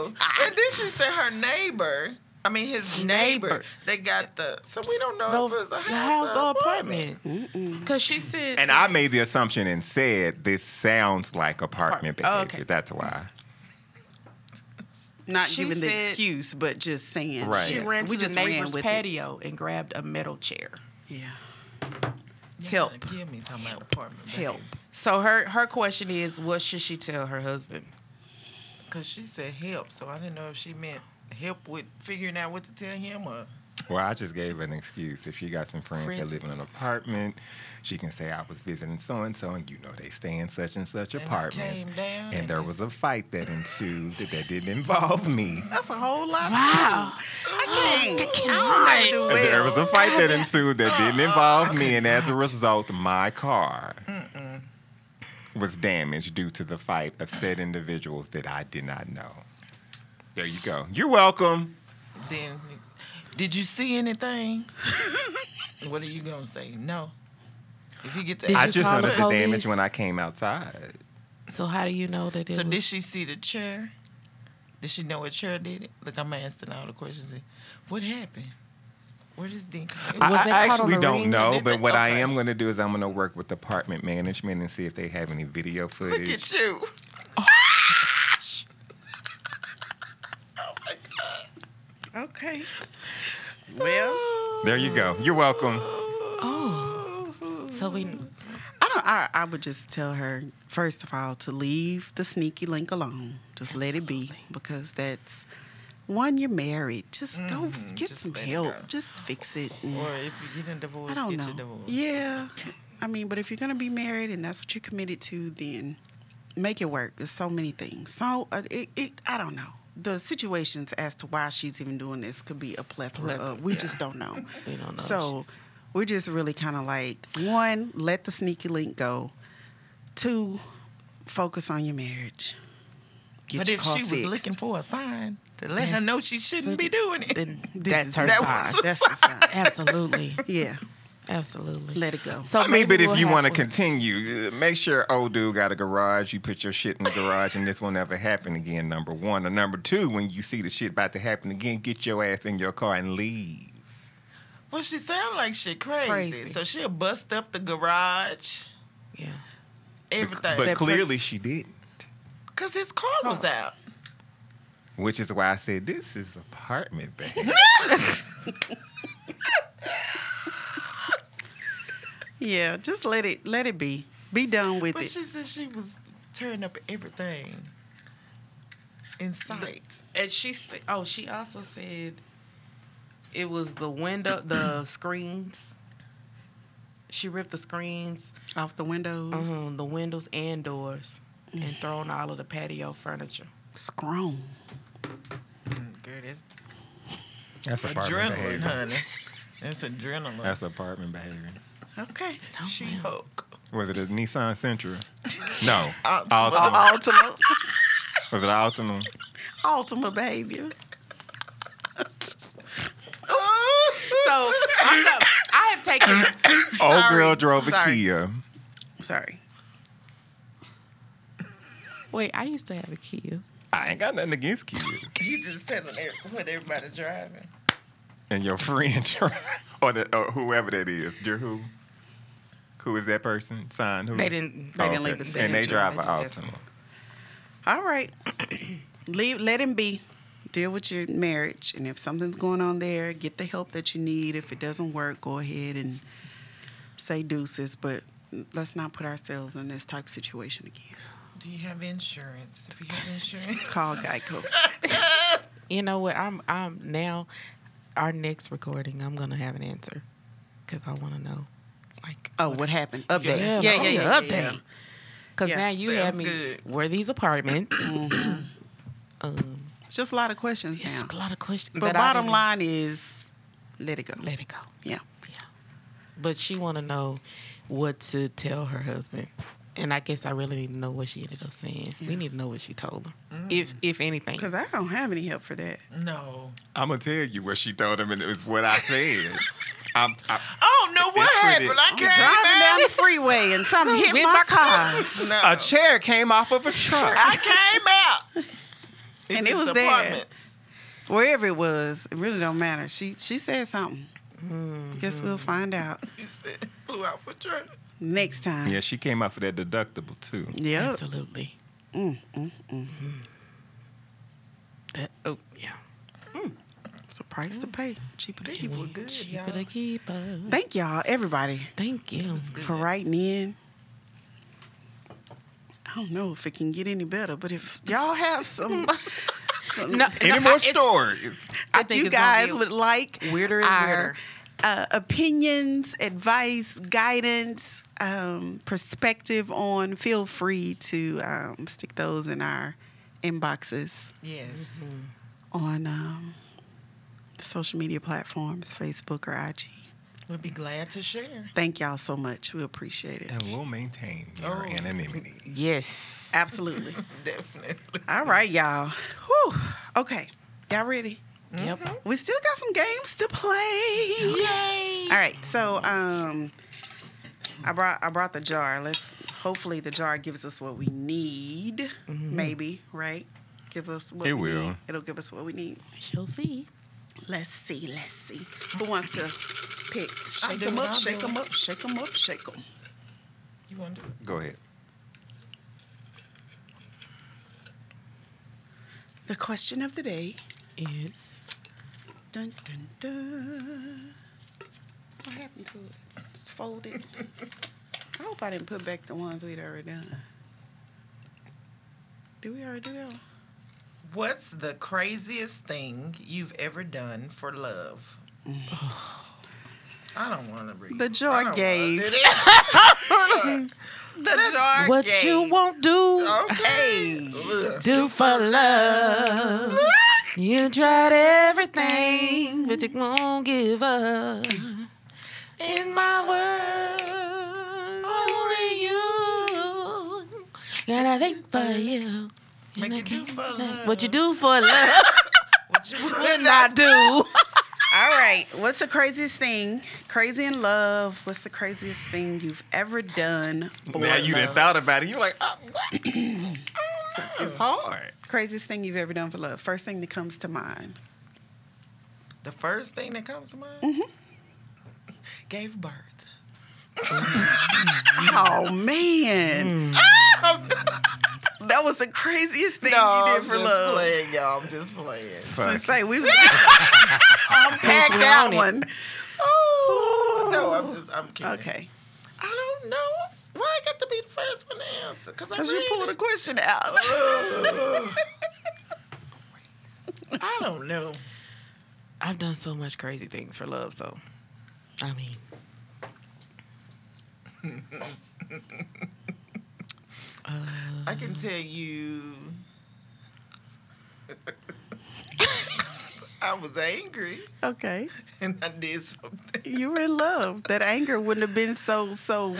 Speaker 4: no.
Speaker 5: Ah.
Speaker 4: And then she said her neighbor. I mean his neighbor.
Speaker 5: Neighbor.
Speaker 4: They got the. So we don't know
Speaker 5: No,
Speaker 4: if it was a
Speaker 5: the
Speaker 4: house,
Speaker 5: house or apartment?
Speaker 1: Mm-mm.
Speaker 5: Because she said.
Speaker 3: And I made the assumption and said this sounds like apartment
Speaker 5: Oh,
Speaker 3: behavior.
Speaker 5: okay.
Speaker 3: That's why.
Speaker 1: Not
Speaker 5: She
Speaker 1: giving the
Speaker 5: said-
Speaker 1: excuse, but just saying.
Speaker 3: Right.
Speaker 5: she
Speaker 3: Yeah.
Speaker 5: ran to
Speaker 1: we
Speaker 5: the
Speaker 1: just ran
Speaker 5: neighbor's
Speaker 1: with it.
Speaker 5: patio and grabbed a metal chair.
Speaker 1: Yeah.
Speaker 4: Y'all
Speaker 1: Help.
Speaker 4: gotta Give me talking about apartment.
Speaker 1: Help.
Speaker 5: So her her question is, what should she tell her husband?
Speaker 4: Because she said help, so I didn't know if she meant help with figuring out what to tell him or.
Speaker 3: Well, I just gave an excuse. If she got some friends, that
Speaker 4: Friends.
Speaker 3: live in an apartment, she can say I was visiting so and so, and you know they stay in such and such
Speaker 4: And I
Speaker 3: apartments,
Speaker 4: came down
Speaker 3: and
Speaker 4: and
Speaker 3: there
Speaker 4: it-
Speaker 3: was a fight that ensued that didn't involve me.
Speaker 1: That's a whole lot.
Speaker 5: Wow.
Speaker 1: I dang. I
Speaker 4: right.
Speaker 1: don't never do
Speaker 3: There
Speaker 1: well.
Speaker 3: was a fight that ensued that didn't involve me, and as a result, my car was damaged due to the fight of said individuals that I did not know. There you go. You're welcome.
Speaker 4: Then, did you see anything? what are you gonna say? No. If you get to,
Speaker 5: Did
Speaker 3: I
Speaker 5: you
Speaker 3: just
Speaker 5: call
Speaker 3: noticed
Speaker 5: the
Speaker 3: the damage
Speaker 5: police?
Speaker 3: when I came outside.
Speaker 5: So how do you know that it
Speaker 4: so
Speaker 5: was?
Speaker 4: did she see the chair? Did she know what chair did it? Look, I'm asking all the questions. What happened? Where does Dean come?
Speaker 3: I,
Speaker 5: Was
Speaker 3: I
Speaker 5: that caught on
Speaker 3: actually
Speaker 5: the
Speaker 3: don't
Speaker 5: ring?
Speaker 3: know, but what I
Speaker 4: Okay.
Speaker 3: am going to do is I'm going to work with department management and see if they have any video
Speaker 4: Look
Speaker 3: footage.
Speaker 4: at you.
Speaker 1: Okay. Well,
Speaker 3: There you go. You're welcome.
Speaker 5: so we
Speaker 1: I don't. I, I would just tell her first of all to leave the sneaky link alone. Just let it be because that's one you're married. Just go f- get
Speaker 4: Mm-hmm. just
Speaker 1: some
Speaker 4: let it go.
Speaker 1: help. Just fix it. and-
Speaker 4: Or if you get in a divorce,
Speaker 1: I don't
Speaker 4: get
Speaker 1: know.
Speaker 4: your divorce.
Speaker 1: Yeah, I mean, but if you're gonna be married and that's what you're committed to, then make it work. There's so many things. So uh, it, it, I don't know. The situations as to why she's even doing this could be a plethora.
Speaker 5: Plethora,
Speaker 1: of, we just don't know.
Speaker 5: we don't know. if
Speaker 1: So
Speaker 5: she's-
Speaker 1: we're just really kind of like one, let the sneaky link go. Two, focus on your marriage. Get
Speaker 4: But
Speaker 1: your
Speaker 4: if
Speaker 1: car
Speaker 4: she was
Speaker 1: fixed.
Speaker 4: looking for a sign to let her
Speaker 5: Yes.
Speaker 4: know she shouldn't be doing it,
Speaker 5: then
Speaker 1: This
Speaker 5: that's
Speaker 1: is-
Speaker 5: her
Speaker 1: that
Speaker 5: side.
Speaker 1: was- That's the sign.
Speaker 5: Absolutely,
Speaker 1: yeah,
Speaker 5: absolutely.
Speaker 1: let it go.
Speaker 5: so
Speaker 3: I mean,
Speaker 5: maybe
Speaker 3: but if
Speaker 5: we'll
Speaker 3: you
Speaker 5: have-
Speaker 3: want to
Speaker 5: we'll-
Speaker 3: continue, uh, make sure old dude got a garage. You put your shit in the garage, and this will never happen again. Number one, or number two, when you see the shit about to happen again, get your ass in your car and leave.
Speaker 4: well, she sound like she crazy.
Speaker 5: Crazy.
Speaker 4: So she'll bust up the garage,
Speaker 5: yeah,
Speaker 4: everything.
Speaker 3: But
Speaker 1: That
Speaker 3: clearly she didn't,
Speaker 4: Cause his car was out.
Speaker 3: which is why I said this is apartment bad.
Speaker 1: Yeah, just let it let it be. Be done with
Speaker 4: But
Speaker 1: it.
Speaker 4: she said she was tearing up everything in sight.
Speaker 2: And she said, oh, she also said it was the window, the screens. She ripped the screens,
Speaker 1: Off the windows.
Speaker 5: Oh.
Speaker 4: Mm-hmm.
Speaker 2: um, the windows and doors, and thrown all of the patio furniture.
Speaker 1: Scrum.
Speaker 4: Mm, Girl,
Speaker 3: That's
Speaker 4: that's
Speaker 3: apartment
Speaker 4: adrenaline,
Speaker 3: behavior.
Speaker 4: honey. That's adrenaline.
Speaker 3: That's apartment behavior.
Speaker 1: Okay.
Speaker 4: she hook.
Speaker 3: Was it a Nissan Sentra? No,
Speaker 4: Altima.
Speaker 3: Altima.
Speaker 1: Ultima.
Speaker 3: Was it an Altima?
Speaker 1: Ultima behavior.
Speaker 2: So I'm not, I have taken
Speaker 3: Old
Speaker 1: Sorry.
Speaker 3: girl drove a
Speaker 1: Sorry.
Speaker 3: Kia.
Speaker 1: Sorry.
Speaker 2: Wait, I used to have a Kia.
Speaker 3: I ain't got nothing against Kia.
Speaker 4: You just telling every- what everybody driving.
Speaker 3: and your friend dri- or, the, or whoever that is, your who? Who is that person? Sign who?
Speaker 2: They didn't.
Speaker 1: they didn't leave the
Speaker 3: And they
Speaker 1: signature.
Speaker 3: drive an
Speaker 2: They just
Speaker 3: Altima.
Speaker 1: All right. Leave let him be. Deal with your marriage. And if something's going on there, get the help that you need. If it doesn't work, go ahead and say deuces. But let's not put ourselves in this type of situation again.
Speaker 4: Do you have insurance? If you have insurance,
Speaker 1: Call Geico.
Speaker 2: You know what? I'm. I'm now. Our next recording, I'm gonna have an answer because I want to know, like,
Speaker 1: Oh, what happened? Update. Yeah, yeah,
Speaker 2: Yeah, like,
Speaker 1: yeah.
Speaker 2: oh,
Speaker 1: yeah, yeah.
Speaker 2: update. because
Speaker 1: Yeah,
Speaker 2: now you have
Speaker 4: sounds
Speaker 2: me.
Speaker 4: good.
Speaker 2: Were these apartments? um,
Speaker 1: It's just a lot of questions
Speaker 2: it's
Speaker 1: now.
Speaker 2: a lot of questions.
Speaker 1: But
Speaker 2: that I
Speaker 1: bottom
Speaker 2: didn't-
Speaker 1: line is let it go.
Speaker 2: let it go.
Speaker 1: Yeah.
Speaker 2: Yeah. But she want to know what to tell her husband, and I guess I really need to know what she ended up saying. We need to know what she told him, if if anything.
Speaker 1: Because Mm. I don't have any help for that.
Speaker 4: no.
Speaker 3: I'm gonna tell you what she told him, and it was what I said. I'm, I,
Speaker 4: Oh no! What
Speaker 3: It's pretty-
Speaker 4: happened? I
Speaker 1: I'm
Speaker 4: came
Speaker 1: driving down
Speaker 4: out.
Speaker 1: the freeway and something hit
Speaker 2: With
Speaker 1: my
Speaker 2: my
Speaker 1: car.
Speaker 4: No.
Speaker 3: a chair came off of a truck.
Speaker 4: I came out.
Speaker 1: And
Speaker 4: It's
Speaker 1: it was
Speaker 4: his
Speaker 1: there.
Speaker 4: apartments.
Speaker 1: Wherever it was, it really don't matter. She she said something. Guess we'll find out
Speaker 4: He said, flew out for drug.
Speaker 1: next time.
Speaker 3: yeah, she came off of that deductible too.
Speaker 1: Yep.
Speaker 2: Absolutely. Mm-hmm.
Speaker 1: Mm, mm, mm.
Speaker 2: That. Oh yeah.
Speaker 1: It's a price to pay. Cheaper to
Speaker 4: These
Speaker 1: keep.
Speaker 4: were good,
Speaker 2: Cheaper
Speaker 4: y'all.
Speaker 2: to keep us.
Speaker 1: Thank y'all, everybody,
Speaker 2: Thank you.
Speaker 1: for writing in. I don't know if it can get any better, but if y'all have some, some
Speaker 3: Any more stories?
Speaker 2: I
Speaker 1: that
Speaker 2: think
Speaker 1: you
Speaker 2: it's gonna
Speaker 1: guys
Speaker 2: get
Speaker 1: would like
Speaker 2: weirder and
Speaker 1: our
Speaker 2: weirder.
Speaker 1: Uh, opinions, advice, guidance, um, perspective on. Feel free to um, stick those in our inboxes
Speaker 4: Yes.
Speaker 1: on um, the social media platforms, Facebook or IG.
Speaker 4: We'd be glad to share.
Speaker 1: Thank y'all so much. We appreciate it.
Speaker 3: And we'll maintain your
Speaker 4: Oh.
Speaker 3: anonymity.
Speaker 5: Yes.
Speaker 1: Absolutely.
Speaker 4: Definitely.
Speaker 1: All right, y'all. Whew. Okay. Y'all ready?
Speaker 5: Yep.
Speaker 1: We still got some games to play.
Speaker 4: Yay!
Speaker 1: All right, so um, I brought I brought the jar. Let's hopefully the jar gives us what we need.
Speaker 4: Mm-hmm.
Speaker 1: Maybe right? Give us what
Speaker 3: It
Speaker 1: we
Speaker 3: will.
Speaker 1: Need. It'll give us what we need.
Speaker 2: She'll see.
Speaker 1: Let's see. Let's see. Who wants to pick? Shake
Speaker 4: do
Speaker 1: them
Speaker 4: it,
Speaker 1: up.
Speaker 4: I'll
Speaker 1: Shake
Speaker 4: do
Speaker 1: them
Speaker 4: it.
Speaker 1: up. Shake them up. Shake them.
Speaker 4: You want to do it?
Speaker 3: Go ahead.
Speaker 1: The question of the day.
Speaker 5: Yes.
Speaker 1: Dun dun dun. What happened to it? It's folded. I hope I didn't put back the ones we'd already done. Did we already do that? one?
Speaker 4: What's the craziest thing you've ever done for love? I don't want to read.
Speaker 1: The
Speaker 4: I
Speaker 1: jar
Speaker 4: don't wanna
Speaker 1: gave.
Speaker 4: do this.
Speaker 1: The jar
Speaker 5: What
Speaker 1: gave.
Speaker 5: you won't do,
Speaker 4: okay. Ugh.
Speaker 5: do for love. You tried everything, but you won't give up. In my world, only you. Got a thing for you.
Speaker 4: Make it do for love.
Speaker 5: What you do for love
Speaker 4: What you would
Speaker 5: would not do.
Speaker 1: All right. What's the craziest thing? Crazy in love. What's the craziest thing you've ever done? For
Speaker 3: now you
Speaker 1: love?
Speaker 3: done thought about it. You're like, uh, what? it's hard.
Speaker 1: Craziest thing you've ever done for love. First thing that comes to mind.
Speaker 4: The first thing that comes to mind gave birth.
Speaker 1: Oh
Speaker 5: Mm.
Speaker 1: man. that was the craziest thing you did for love.
Speaker 4: playing, y'all. I'm just playing.
Speaker 1: To
Speaker 3: Fuck.
Speaker 1: say we was unpack
Speaker 5: we
Speaker 1: that
Speaker 5: on it.
Speaker 1: one. Oh
Speaker 4: No, I'm just. I'm kidding.
Speaker 1: Okay.
Speaker 4: I don't know why I got to be the first one to answer because I
Speaker 1: Because you
Speaker 4: read
Speaker 1: pulled a
Speaker 4: it.
Speaker 1: question out.
Speaker 4: Ugh. I don't know.
Speaker 5: I've done so much crazy things for love, so I mean,
Speaker 4: I can tell you. I was angry
Speaker 1: Okay.
Speaker 4: and I did something.
Speaker 1: You were in love. That anger wouldn't have been so so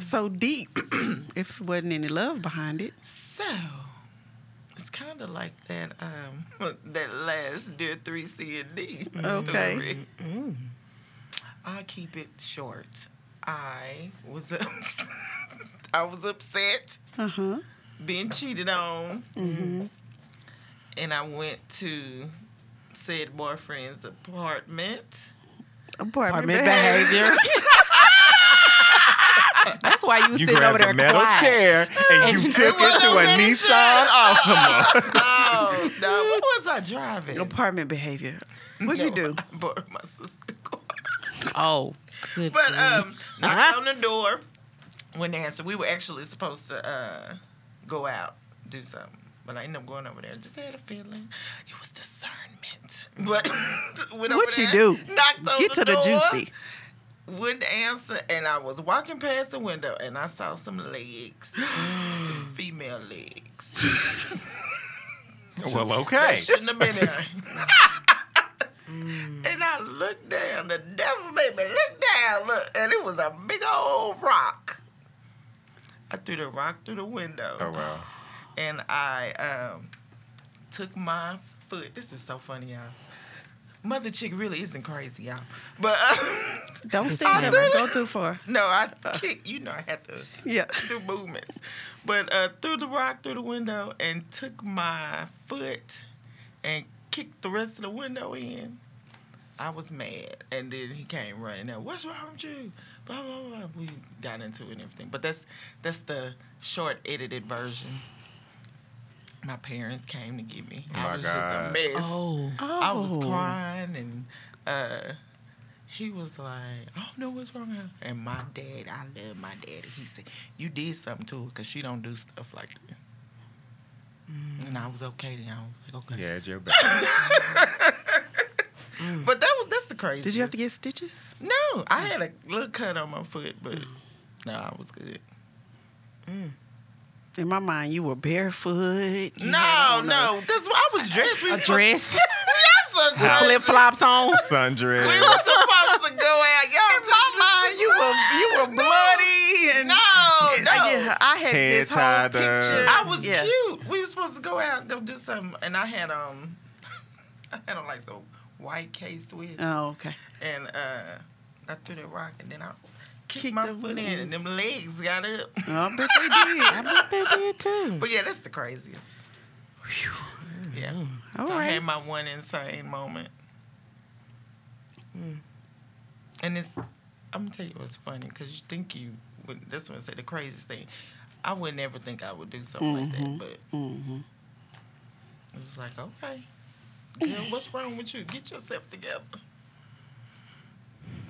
Speaker 1: so deep if there wasn't any love behind it.
Speaker 4: so it's kind of like that um that last dear three C and D
Speaker 1: Okay.
Speaker 4: story. I'll keep it short. I was ups- I was upset
Speaker 1: Uh huh.
Speaker 4: being cheated on,
Speaker 1: Mm-hmm.
Speaker 4: and I went to said boyfriend's apartment.
Speaker 1: Apartment
Speaker 5: apartment
Speaker 1: behavior.
Speaker 5: behavior. That's why you,
Speaker 3: You
Speaker 5: sitting over
Speaker 3: grabbed
Speaker 5: there
Speaker 3: a metal
Speaker 5: quiet.
Speaker 3: chair and,
Speaker 5: And
Speaker 3: you
Speaker 5: you-
Speaker 3: took it to a Nissan Altima.
Speaker 4: Oh no! What was I driving?
Speaker 1: Apartment behavior. What'd you
Speaker 4: No,
Speaker 1: do?
Speaker 4: I borrowed my sister's car.
Speaker 5: Oh, good.
Speaker 4: But um, knocked
Speaker 5: Uh-huh.
Speaker 4: on the door. Wouldn't answer. We were actually supposed to uh, go out, do something, but I ended up going over there. Just had a feeling. It was discernment. But went over
Speaker 1: What you
Speaker 4: there,
Speaker 1: do?
Speaker 4: Knocked on
Speaker 1: Get to
Speaker 4: the,
Speaker 1: the
Speaker 4: door,
Speaker 1: juicy.
Speaker 4: Wouldn't answer, and I was walking past the window, and I saw some legs, some female legs.
Speaker 3: Well, okay.
Speaker 4: That shouldn't have been there. and I looked down. The devil made me look down. Look, and it was a big old rock. I threw the rock through the window,
Speaker 3: Oh, well.
Speaker 4: and I um, took my foot. This is so funny, y'all. Mother chick really isn't crazy, y'all. But uh,
Speaker 1: Don't
Speaker 5: It's
Speaker 1: stand up.
Speaker 4: fine.
Speaker 1: Go too far.
Speaker 4: no, I kicked. You know, I had to
Speaker 1: Yeah.
Speaker 4: do movements. But uh, threw the rock through the window and took my foot and kicked the rest of the window in. I was mad, and then he came running out. What's wrong with you? Blah blah blah. We got into it and everything, but that's that's the short edited version. My parents came to get me.
Speaker 3: My
Speaker 4: I was
Speaker 3: God.
Speaker 4: just a mess.
Speaker 5: oh,
Speaker 1: Oh.
Speaker 4: I was crying and uh he was like, I don't know what's wrong. with her." And my dad, I love my daddy. He said, You did something to her because she don't do stuff like that.
Speaker 1: Mm.
Speaker 4: And I was okay then. I was like, okay.
Speaker 3: Yeah, Joe back.
Speaker 4: But that was that's the crazy.
Speaker 1: Mm. Did you have to get Mm. stitches?
Speaker 4: No, I had a little cut on my foot, but
Speaker 1: Mm.
Speaker 4: no, I was good.
Speaker 1: In my mind, you were barefoot. you had
Speaker 4: no,
Speaker 1: on a-
Speaker 4: no, because I was dressed. We
Speaker 5: a
Speaker 4: was-
Speaker 5: dress.
Speaker 4: so great.
Speaker 2: Flip flops on.
Speaker 3: Sundress.
Speaker 4: We were supposed to go out. Y'all
Speaker 1: In my mind, you were you were bloody and
Speaker 4: No, no.
Speaker 1: I, yeah, I had
Speaker 3: Head
Speaker 1: this whole
Speaker 3: tied up.
Speaker 1: picture.
Speaker 4: I was
Speaker 1: Mm, yeah.
Speaker 4: cute. We were supposed to go out and go do something, and I had um, I had on like some white K Swiss,
Speaker 1: Oh, okay.
Speaker 4: and uh, I threw that rock, and then I kicked
Speaker 1: Kicked
Speaker 4: my
Speaker 1: the Uh.
Speaker 4: foot
Speaker 1: foot
Speaker 4: in,
Speaker 1: in.
Speaker 4: and them legs got up.
Speaker 1: I bet they did.
Speaker 2: I bet they did too.
Speaker 4: But yeah, that's the craziest. Yeah,
Speaker 1: All
Speaker 4: so I
Speaker 1: right.
Speaker 4: had my one insane moment,
Speaker 1: Mm.
Speaker 4: and it's I'm gonna tell you what's funny because you think you would. That's what I say the craziest thing. I would never think I would do something like that, but
Speaker 1: Mhm.
Speaker 4: It was like, okay, girl, what's wrong with you? Get yourself together.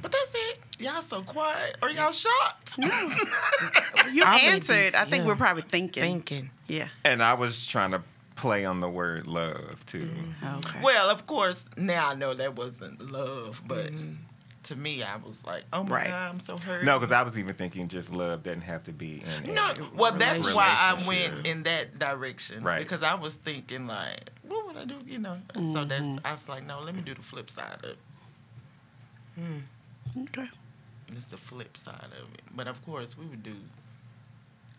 Speaker 4: But that's it. Y'all so quiet. Are y'all shocked?
Speaker 1: You
Speaker 2: I may be-
Speaker 1: answered. I think
Speaker 2: yeah.
Speaker 1: we're probably thinking.
Speaker 2: Thinking.
Speaker 1: Yeah.
Speaker 3: And I was trying to play on the word love too.
Speaker 1: Okay.
Speaker 4: well, of course, now I know that wasn't love, but to me, I was like, oh my
Speaker 1: Right.
Speaker 4: God, I'm so hurt.
Speaker 3: No, because I was even thinking just love doesn't have to be in.
Speaker 4: No,
Speaker 3: a
Speaker 4: well, that's why I
Speaker 3: relationship.
Speaker 4: went in that direction.
Speaker 3: Right.
Speaker 4: Because I was thinking, like, what would I do? You know? And So that's, I was like, no, let me do the flip side of it.
Speaker 1: Okay.
Speaker 4: It's the flip side of it. But of course, we would do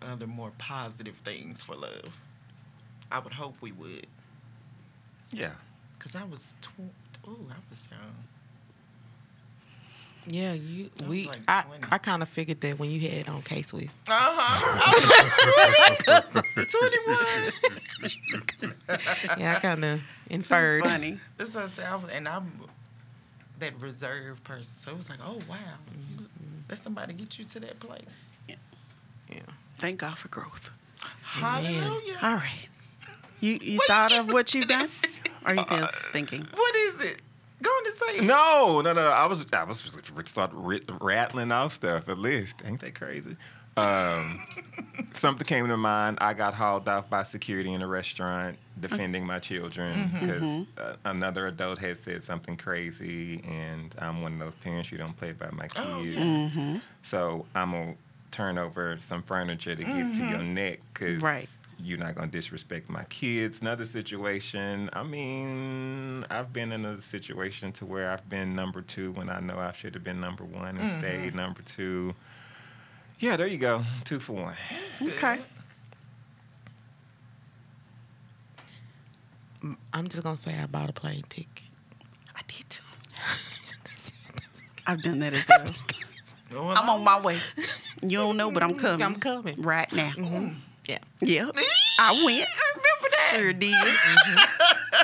Speaker 4: other more positive things for love. I would hope we would.
Speaker 3: Yeah.
Speaker 4: Because I was, tw- ooh, I was young.
Speaker 5: Yeah, you
Speaker 4: That was
Speaker 5: we
Speaker 4: like
Speaker 5: I,
Speaker 4: 20.
Speaker 5: I kind of figured that when you had on K Swiss.
Speaker 4: Uh huh. 21.
Speaker 5: Yeah, I kind of inferred.
Speaker 1: Funny.
Speaker 4: That's what I said. I was, and I'm that reserved person. So it was like, oh, wow.
Speaker 1: Mm-hmm.
Speaker 4: Let somebody get you to that place.
Speaker 1: Thank God for growth.
Speaker 4: Hallelujah.
Speaker 1: All right. You you Uh, thought
Speaker 4: What you do-
Speaker 1: of what you've done? Or you think thinking?
Speaker 4: What is it? Go on and say it.
Speaker 3: No, no, no, no. I was I was supposed to start ri- rattling off stuff a list. Ain't that crazy? Um, something came to mind. I got hauled off by security in a restaurant defending my children
Speaker 4: Mm-hmm.
Speaker 3: because uh, another adult had said something crazy, and I'm one of those parents who don't play by my kids.
Speaker 4: Oh, yeah.
Speaker 3: So I'm gonna turn over some furniture to get to your neck because
Speaker 1: Right.
Speaker 3: you're not gonna disrespect my kids. Another situation. I mean, I've been in a situation to where I've been number two when I know I should have been number one and stayed number two. Yeah, there you go. Two for one.
Speaker 4: It's good.
Speaker 1: Okay.
Speaker 5: I'm just gonna say I bought a plane ticket. I did too. That's it.
Speaker 1: I've done that as well.
Speaker 4: Well,
Speaker 1: I'm on my way. You don't know, but I'm coming. Mm-hmm.
Speaker 5: I'm coming.
Speaker 1: Right now.
Speaker 5: Yeah,
Speaker 1: Yep. I went. remember that. Sure did.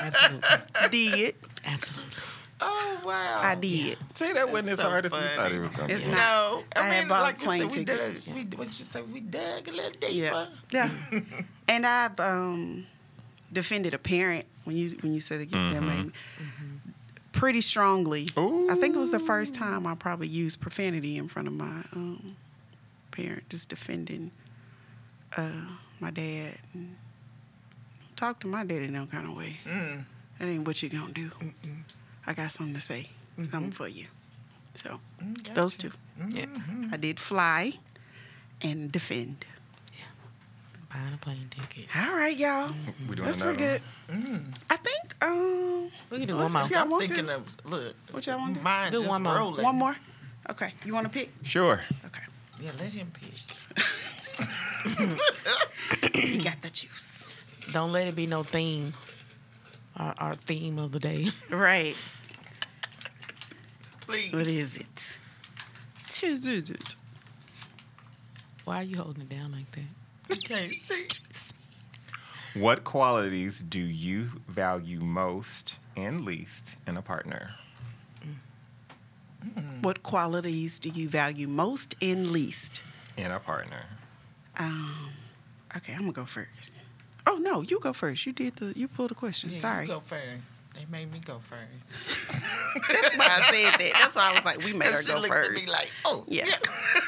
Speaker 5: absolutely,
Speaker 1: did.
Speaker 5: absolutely.
Speaker 4: Oh, wow.
Speaker 1: I did.
Speaker 3: See, that wasn't as
Speaker 4: so
Speaker 3: hard as
Speaker 4: funny.
Speaker 3: we thought it was gonna
Speaker 1: It's
Speaker 3: be.
Speaker 1: not-
Speaker 4: No, I,
Speaker 1: I had
Speaker 4: mean,
Speaker 1: bought a
Speaker 4: like you
Speaker 1: plane
Speaker 4: said, we dug.
Speaker 1: ticket.
Speaker 4: We what you say? We dug a little deeper.
Speaker 1: Yeah. Yeah. and I've um, defended a parent when you when you said that that made me- Mm-hmm. pretty strongly. I think it was the first time I probably used profanity in front of my um, parent, just defending uh, my dad. And talk to my dad in no kind of way.
Speaker 4: Mm.
Speaker 1: That ain't what you gonna do. I got something to say, something for you. So
Speaker 4: Mm,
Speaker 1: those
Speaker 4: gotcha.
Speaker 1: two, I did fly and defend.
Speaker 5: Buying a plane ticket.
Speaker 1: All right, y'all.
Speaker 3: We doing
Speaker 1: That's
Speaker 3: another
Speaker 1: pretty good. I think um,
Speaker 5: We can do
Speaker 1: Let's
Speaker 5: one more.
Speaker 1: Yeah, I
Speaker 4: I'm
Speaker 1: want to.
Speaker 4: thinking of look.
Speaker 1: What y'all want to do?
Speaker 4: Mine
Speaker 5: Do
Speaker 4: just
Speaker 5: one more.
Speaker 4: rolling.
Speaker 1: one more. Okay, you want to pick?
Speaker 3: one. Sure.
Speaker 1: Okay,
Speaker 4: Yeah, let him pick.
Speaker 1: you got the juice.
Speaker 5: Don't let it be no theme. Our, our theme of the day.
Speaker 1: Right.
Speaker 4: Please.
Speaker 1: What is it? Tis is it?
Speaker 5: Why are you holding it down like that?
Speaker 4: Okay. See.
Speaker 3: What qualities do you value most and least in a partner?
Speaker 4: Mm.
Speaker 1: What qualities do you value most and least?
Speaker 3: In a partner.
Speaker 1: Um, okay, I'm gonna go first. Oh no, you go first. You did the. You pulled the question.
Speaker 4: Yeah, you
Speaker 1: Sorry.
Speaker 4: go first. They made me go first.
Speaker 1: That's why I said that. That's why I was like, we made her
Speaker 4: 'Cause she
Speaker 1: go
Speaker 4: looked
Speaker 1: first.
Speaker 4: at me like, oh,
Speaker 1: yeah.
Speaker 4: yeah.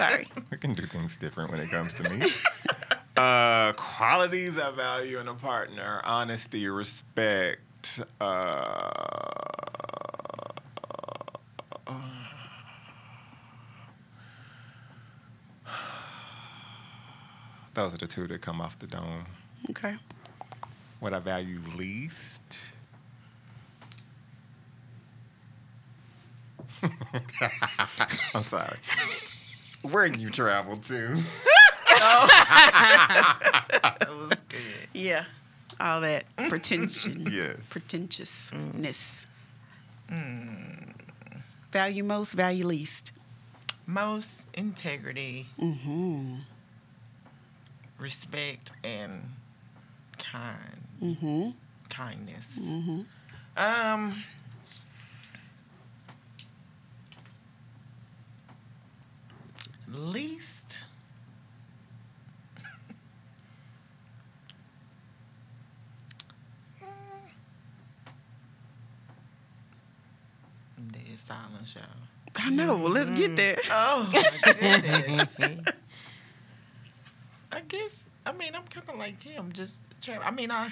Speaker 1: Sorry.
Speaker 3: We can do things different when it comes to me. uh, qualities I value in a partner honesty, respect. Uh, those are the two that come off the dome.
Speaker 1: Okay.
Speaker 3: What I value least. I'm sorry. Where you travel to?
Speaker 4: That was good.
Speaker 1: Yeah. All that pretension.
Speaker 3: Yes.
Speaker 1: Pretentiousness. Value most, value least.
Speaker 4: Most integrity,
Speaker 1: Mm-hmm.
Speaker 4: respect, and kind
Speaker 1: Mm-hmm.
Speaker 4: kindness.
Speaker 1: Mm-hmm.
Speaker 4: Um. Least. Dead silence, y'all.
Speaker 1: I know. Well, let's get there.
Speaker 4: Oh my goodness. I guess I mean I'm kind of like him. Just try. I mean I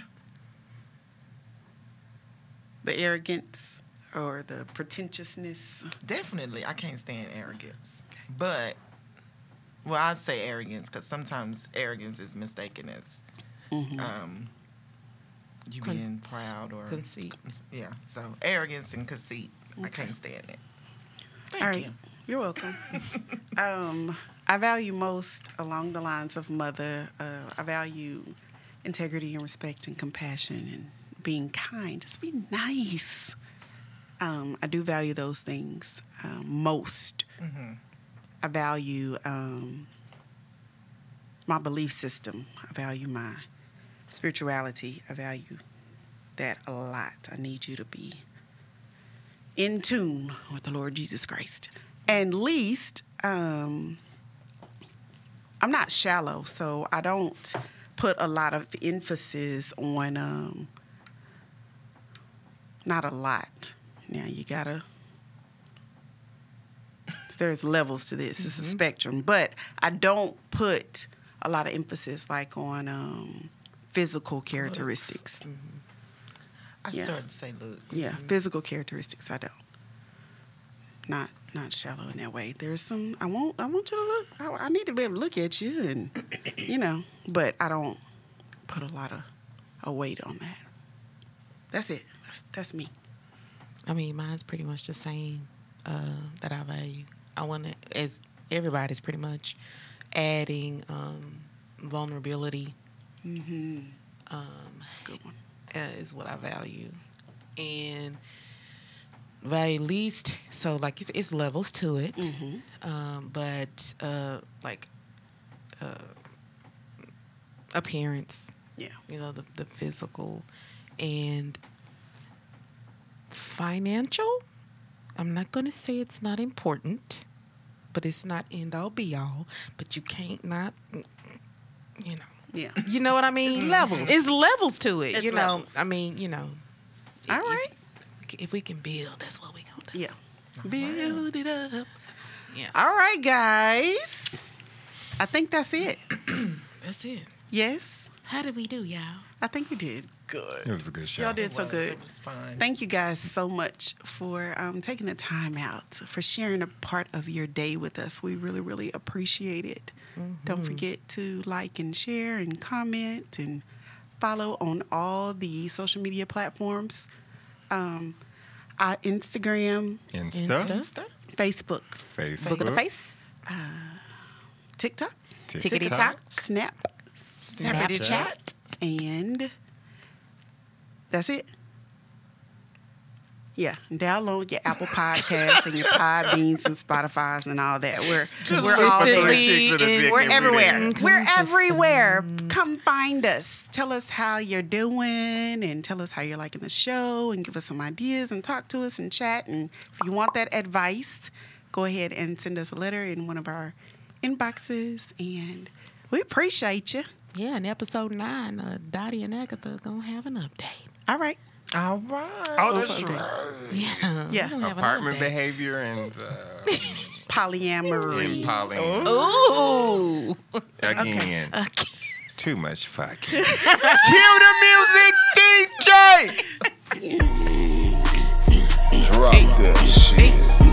Speaker 1: The arrogance or the pretentiousness.
Speaker 4: Definitely, I can't stand arrogance. But well, I say arrogance because sometimes arrogance is mistaken as
Speaker 1: Mm-hmm.
Speaker 4: um, you
Speaker 5: Con-
Speaker 4: being proud or
Speaker 5: Conceit.
Speaker 4: yeah. So arrogance and conceit, I can't stand it. Thank
Speaker 1: All right.
Speaker 4: you.
Speaker 1: You're welcome. um, I value most along the lines of mother. Uh, I value integrity and respect and compassion and being kind. Just be nice. Um, I do value those things um, most.
Speaker 4: Mm-hmm.
Speaker 1: I value um, my belief system. I value my spirituality. I value that a lot. I need you to be in tune with the Lord Jesus Christ. And least, um, I'm not shallow, so I don't put a lot of emphasis on, um, not a lot. Now you gotta, there's levels to this, it's a spectrum, but I don't put a lot of emphasis like on um, physical characteristics.
Speaker 4: I
Speaker 1: Yeah.
Speaker 4: started to say looks. Mm,
Speaker 1: Yeah, physical characteristics. I don't. Not not shallow in that way. There's some. I want. I want you to look. I, I need to be able to look at you, and you know. But I don't put a lot of a weight on that. That's it. That's, that's me.
Speaker 5: I mean, mine's pretty much the same uh, that I value. I want to, as everybody's pretty much adding um, vulnerability
Speaker 1: Mm-hmm.
Speaker 5: um,
Speaker 1: That's a good one.
Speaker 5: uh, is what I value. And value least, so like it's, it's levels to it.
Speaker 1: Mhm.
Speaker 5: Um, but uh, like uh, appearance,
Speaker 1: Yeah.
Speaker 5: you know, the, the physical and financial. I'm not going to say it's not important, but it's not end all be all. But you can't not, you know.
Speaker 1: Yeah.
Speaker 5: You know what I mean? It's levels. It's levels to it.
Speaker 1: It's
Speaker 5: you know,
Speaker 1: levels.
Speaker 5: I mean, you know.
Speaker 1: All
Speaker 5: if-
Speaker 1: right.
Speaker 5: If, if we can build, that's what we gonna do.
Speaker 1: Yeah. Build it up.
Speaker 5: Yeah.
Speaker 1: All right, guys. I think that's it.
Speaker 5: That's it.
Speaker 1: Yes,
Speaker 5: How did we do, y'all?
Speaker 1: I think we did good.
Speaker 3: It was a good show.
Speaker 1: Y'all did so
Speaker 4: was,
Speaker 1: good.
Speaker 4: It was fun.
Speaker 1: Thank you guys so much for um, taking the time out, for sharing a part of your day with us. We really, really appreciate it. Don't forget to like and share and comment and follow on all the social media platforms um, our Instagram,
Speaker 3: Insta,
Speaker 5: Insta.
Speaker 1: Facebook,
Speaker 3: Facebook,
Speaker 5: Book of the face.
Speaker 1: Uh, TikTok,
Speaker 5: Tickety tock.
Speaker 1: Snap,
Speaker 5: Snappity chat.
Speaker 1: and that's it. Yeah, download your Apple Podcasts and your Podbeans and Spotify's and all that. We're
Speaker 3: Just
Speaker 1: we're
Speaker 3: look
Speaker 1: all
Speaker 3: for three
Speaker 1: there.
Speaker 3: chicks and a
Speaker 5: in-
Speaker 3: dick
Speaker 1: We're
Speaker 3: and we
Speaker 1: everywhere.
Speaker 3: there.
Speaker 1: We're everywhere. Come find us. Tell us how you're doing and tell us how you're liking the show and give us some ideas and talk to us and chat. And if you want that advice, go ahead and send us a letter in one of our inboxes. And we appreciate you.
Speaker 5: Yeah, in episode nine, uh, Dottie and Agatha gonna have an update.
Speaker 1: All right.
Speaker 4: All right.
Speaker 3: Oh, that's
Speaker 1: Okay.
Speaker 3: right.
Speaker 5: Yeah.
Speaker 1: Yeah.
Speaker 5: we gonna have an
Speaker 3: Apartment
Speaker 5: update.
Speaker 3: behavior and uh,
Speaker 1: Polyamory.
Speaker 3: and Pauline.
Speaker 5: Ooh.
Speaker 3: Again,
Speaker 5: Okay.
Speaker 3: too much fucking. Cue the music, DJ.
Speaker 8: Drop that shit.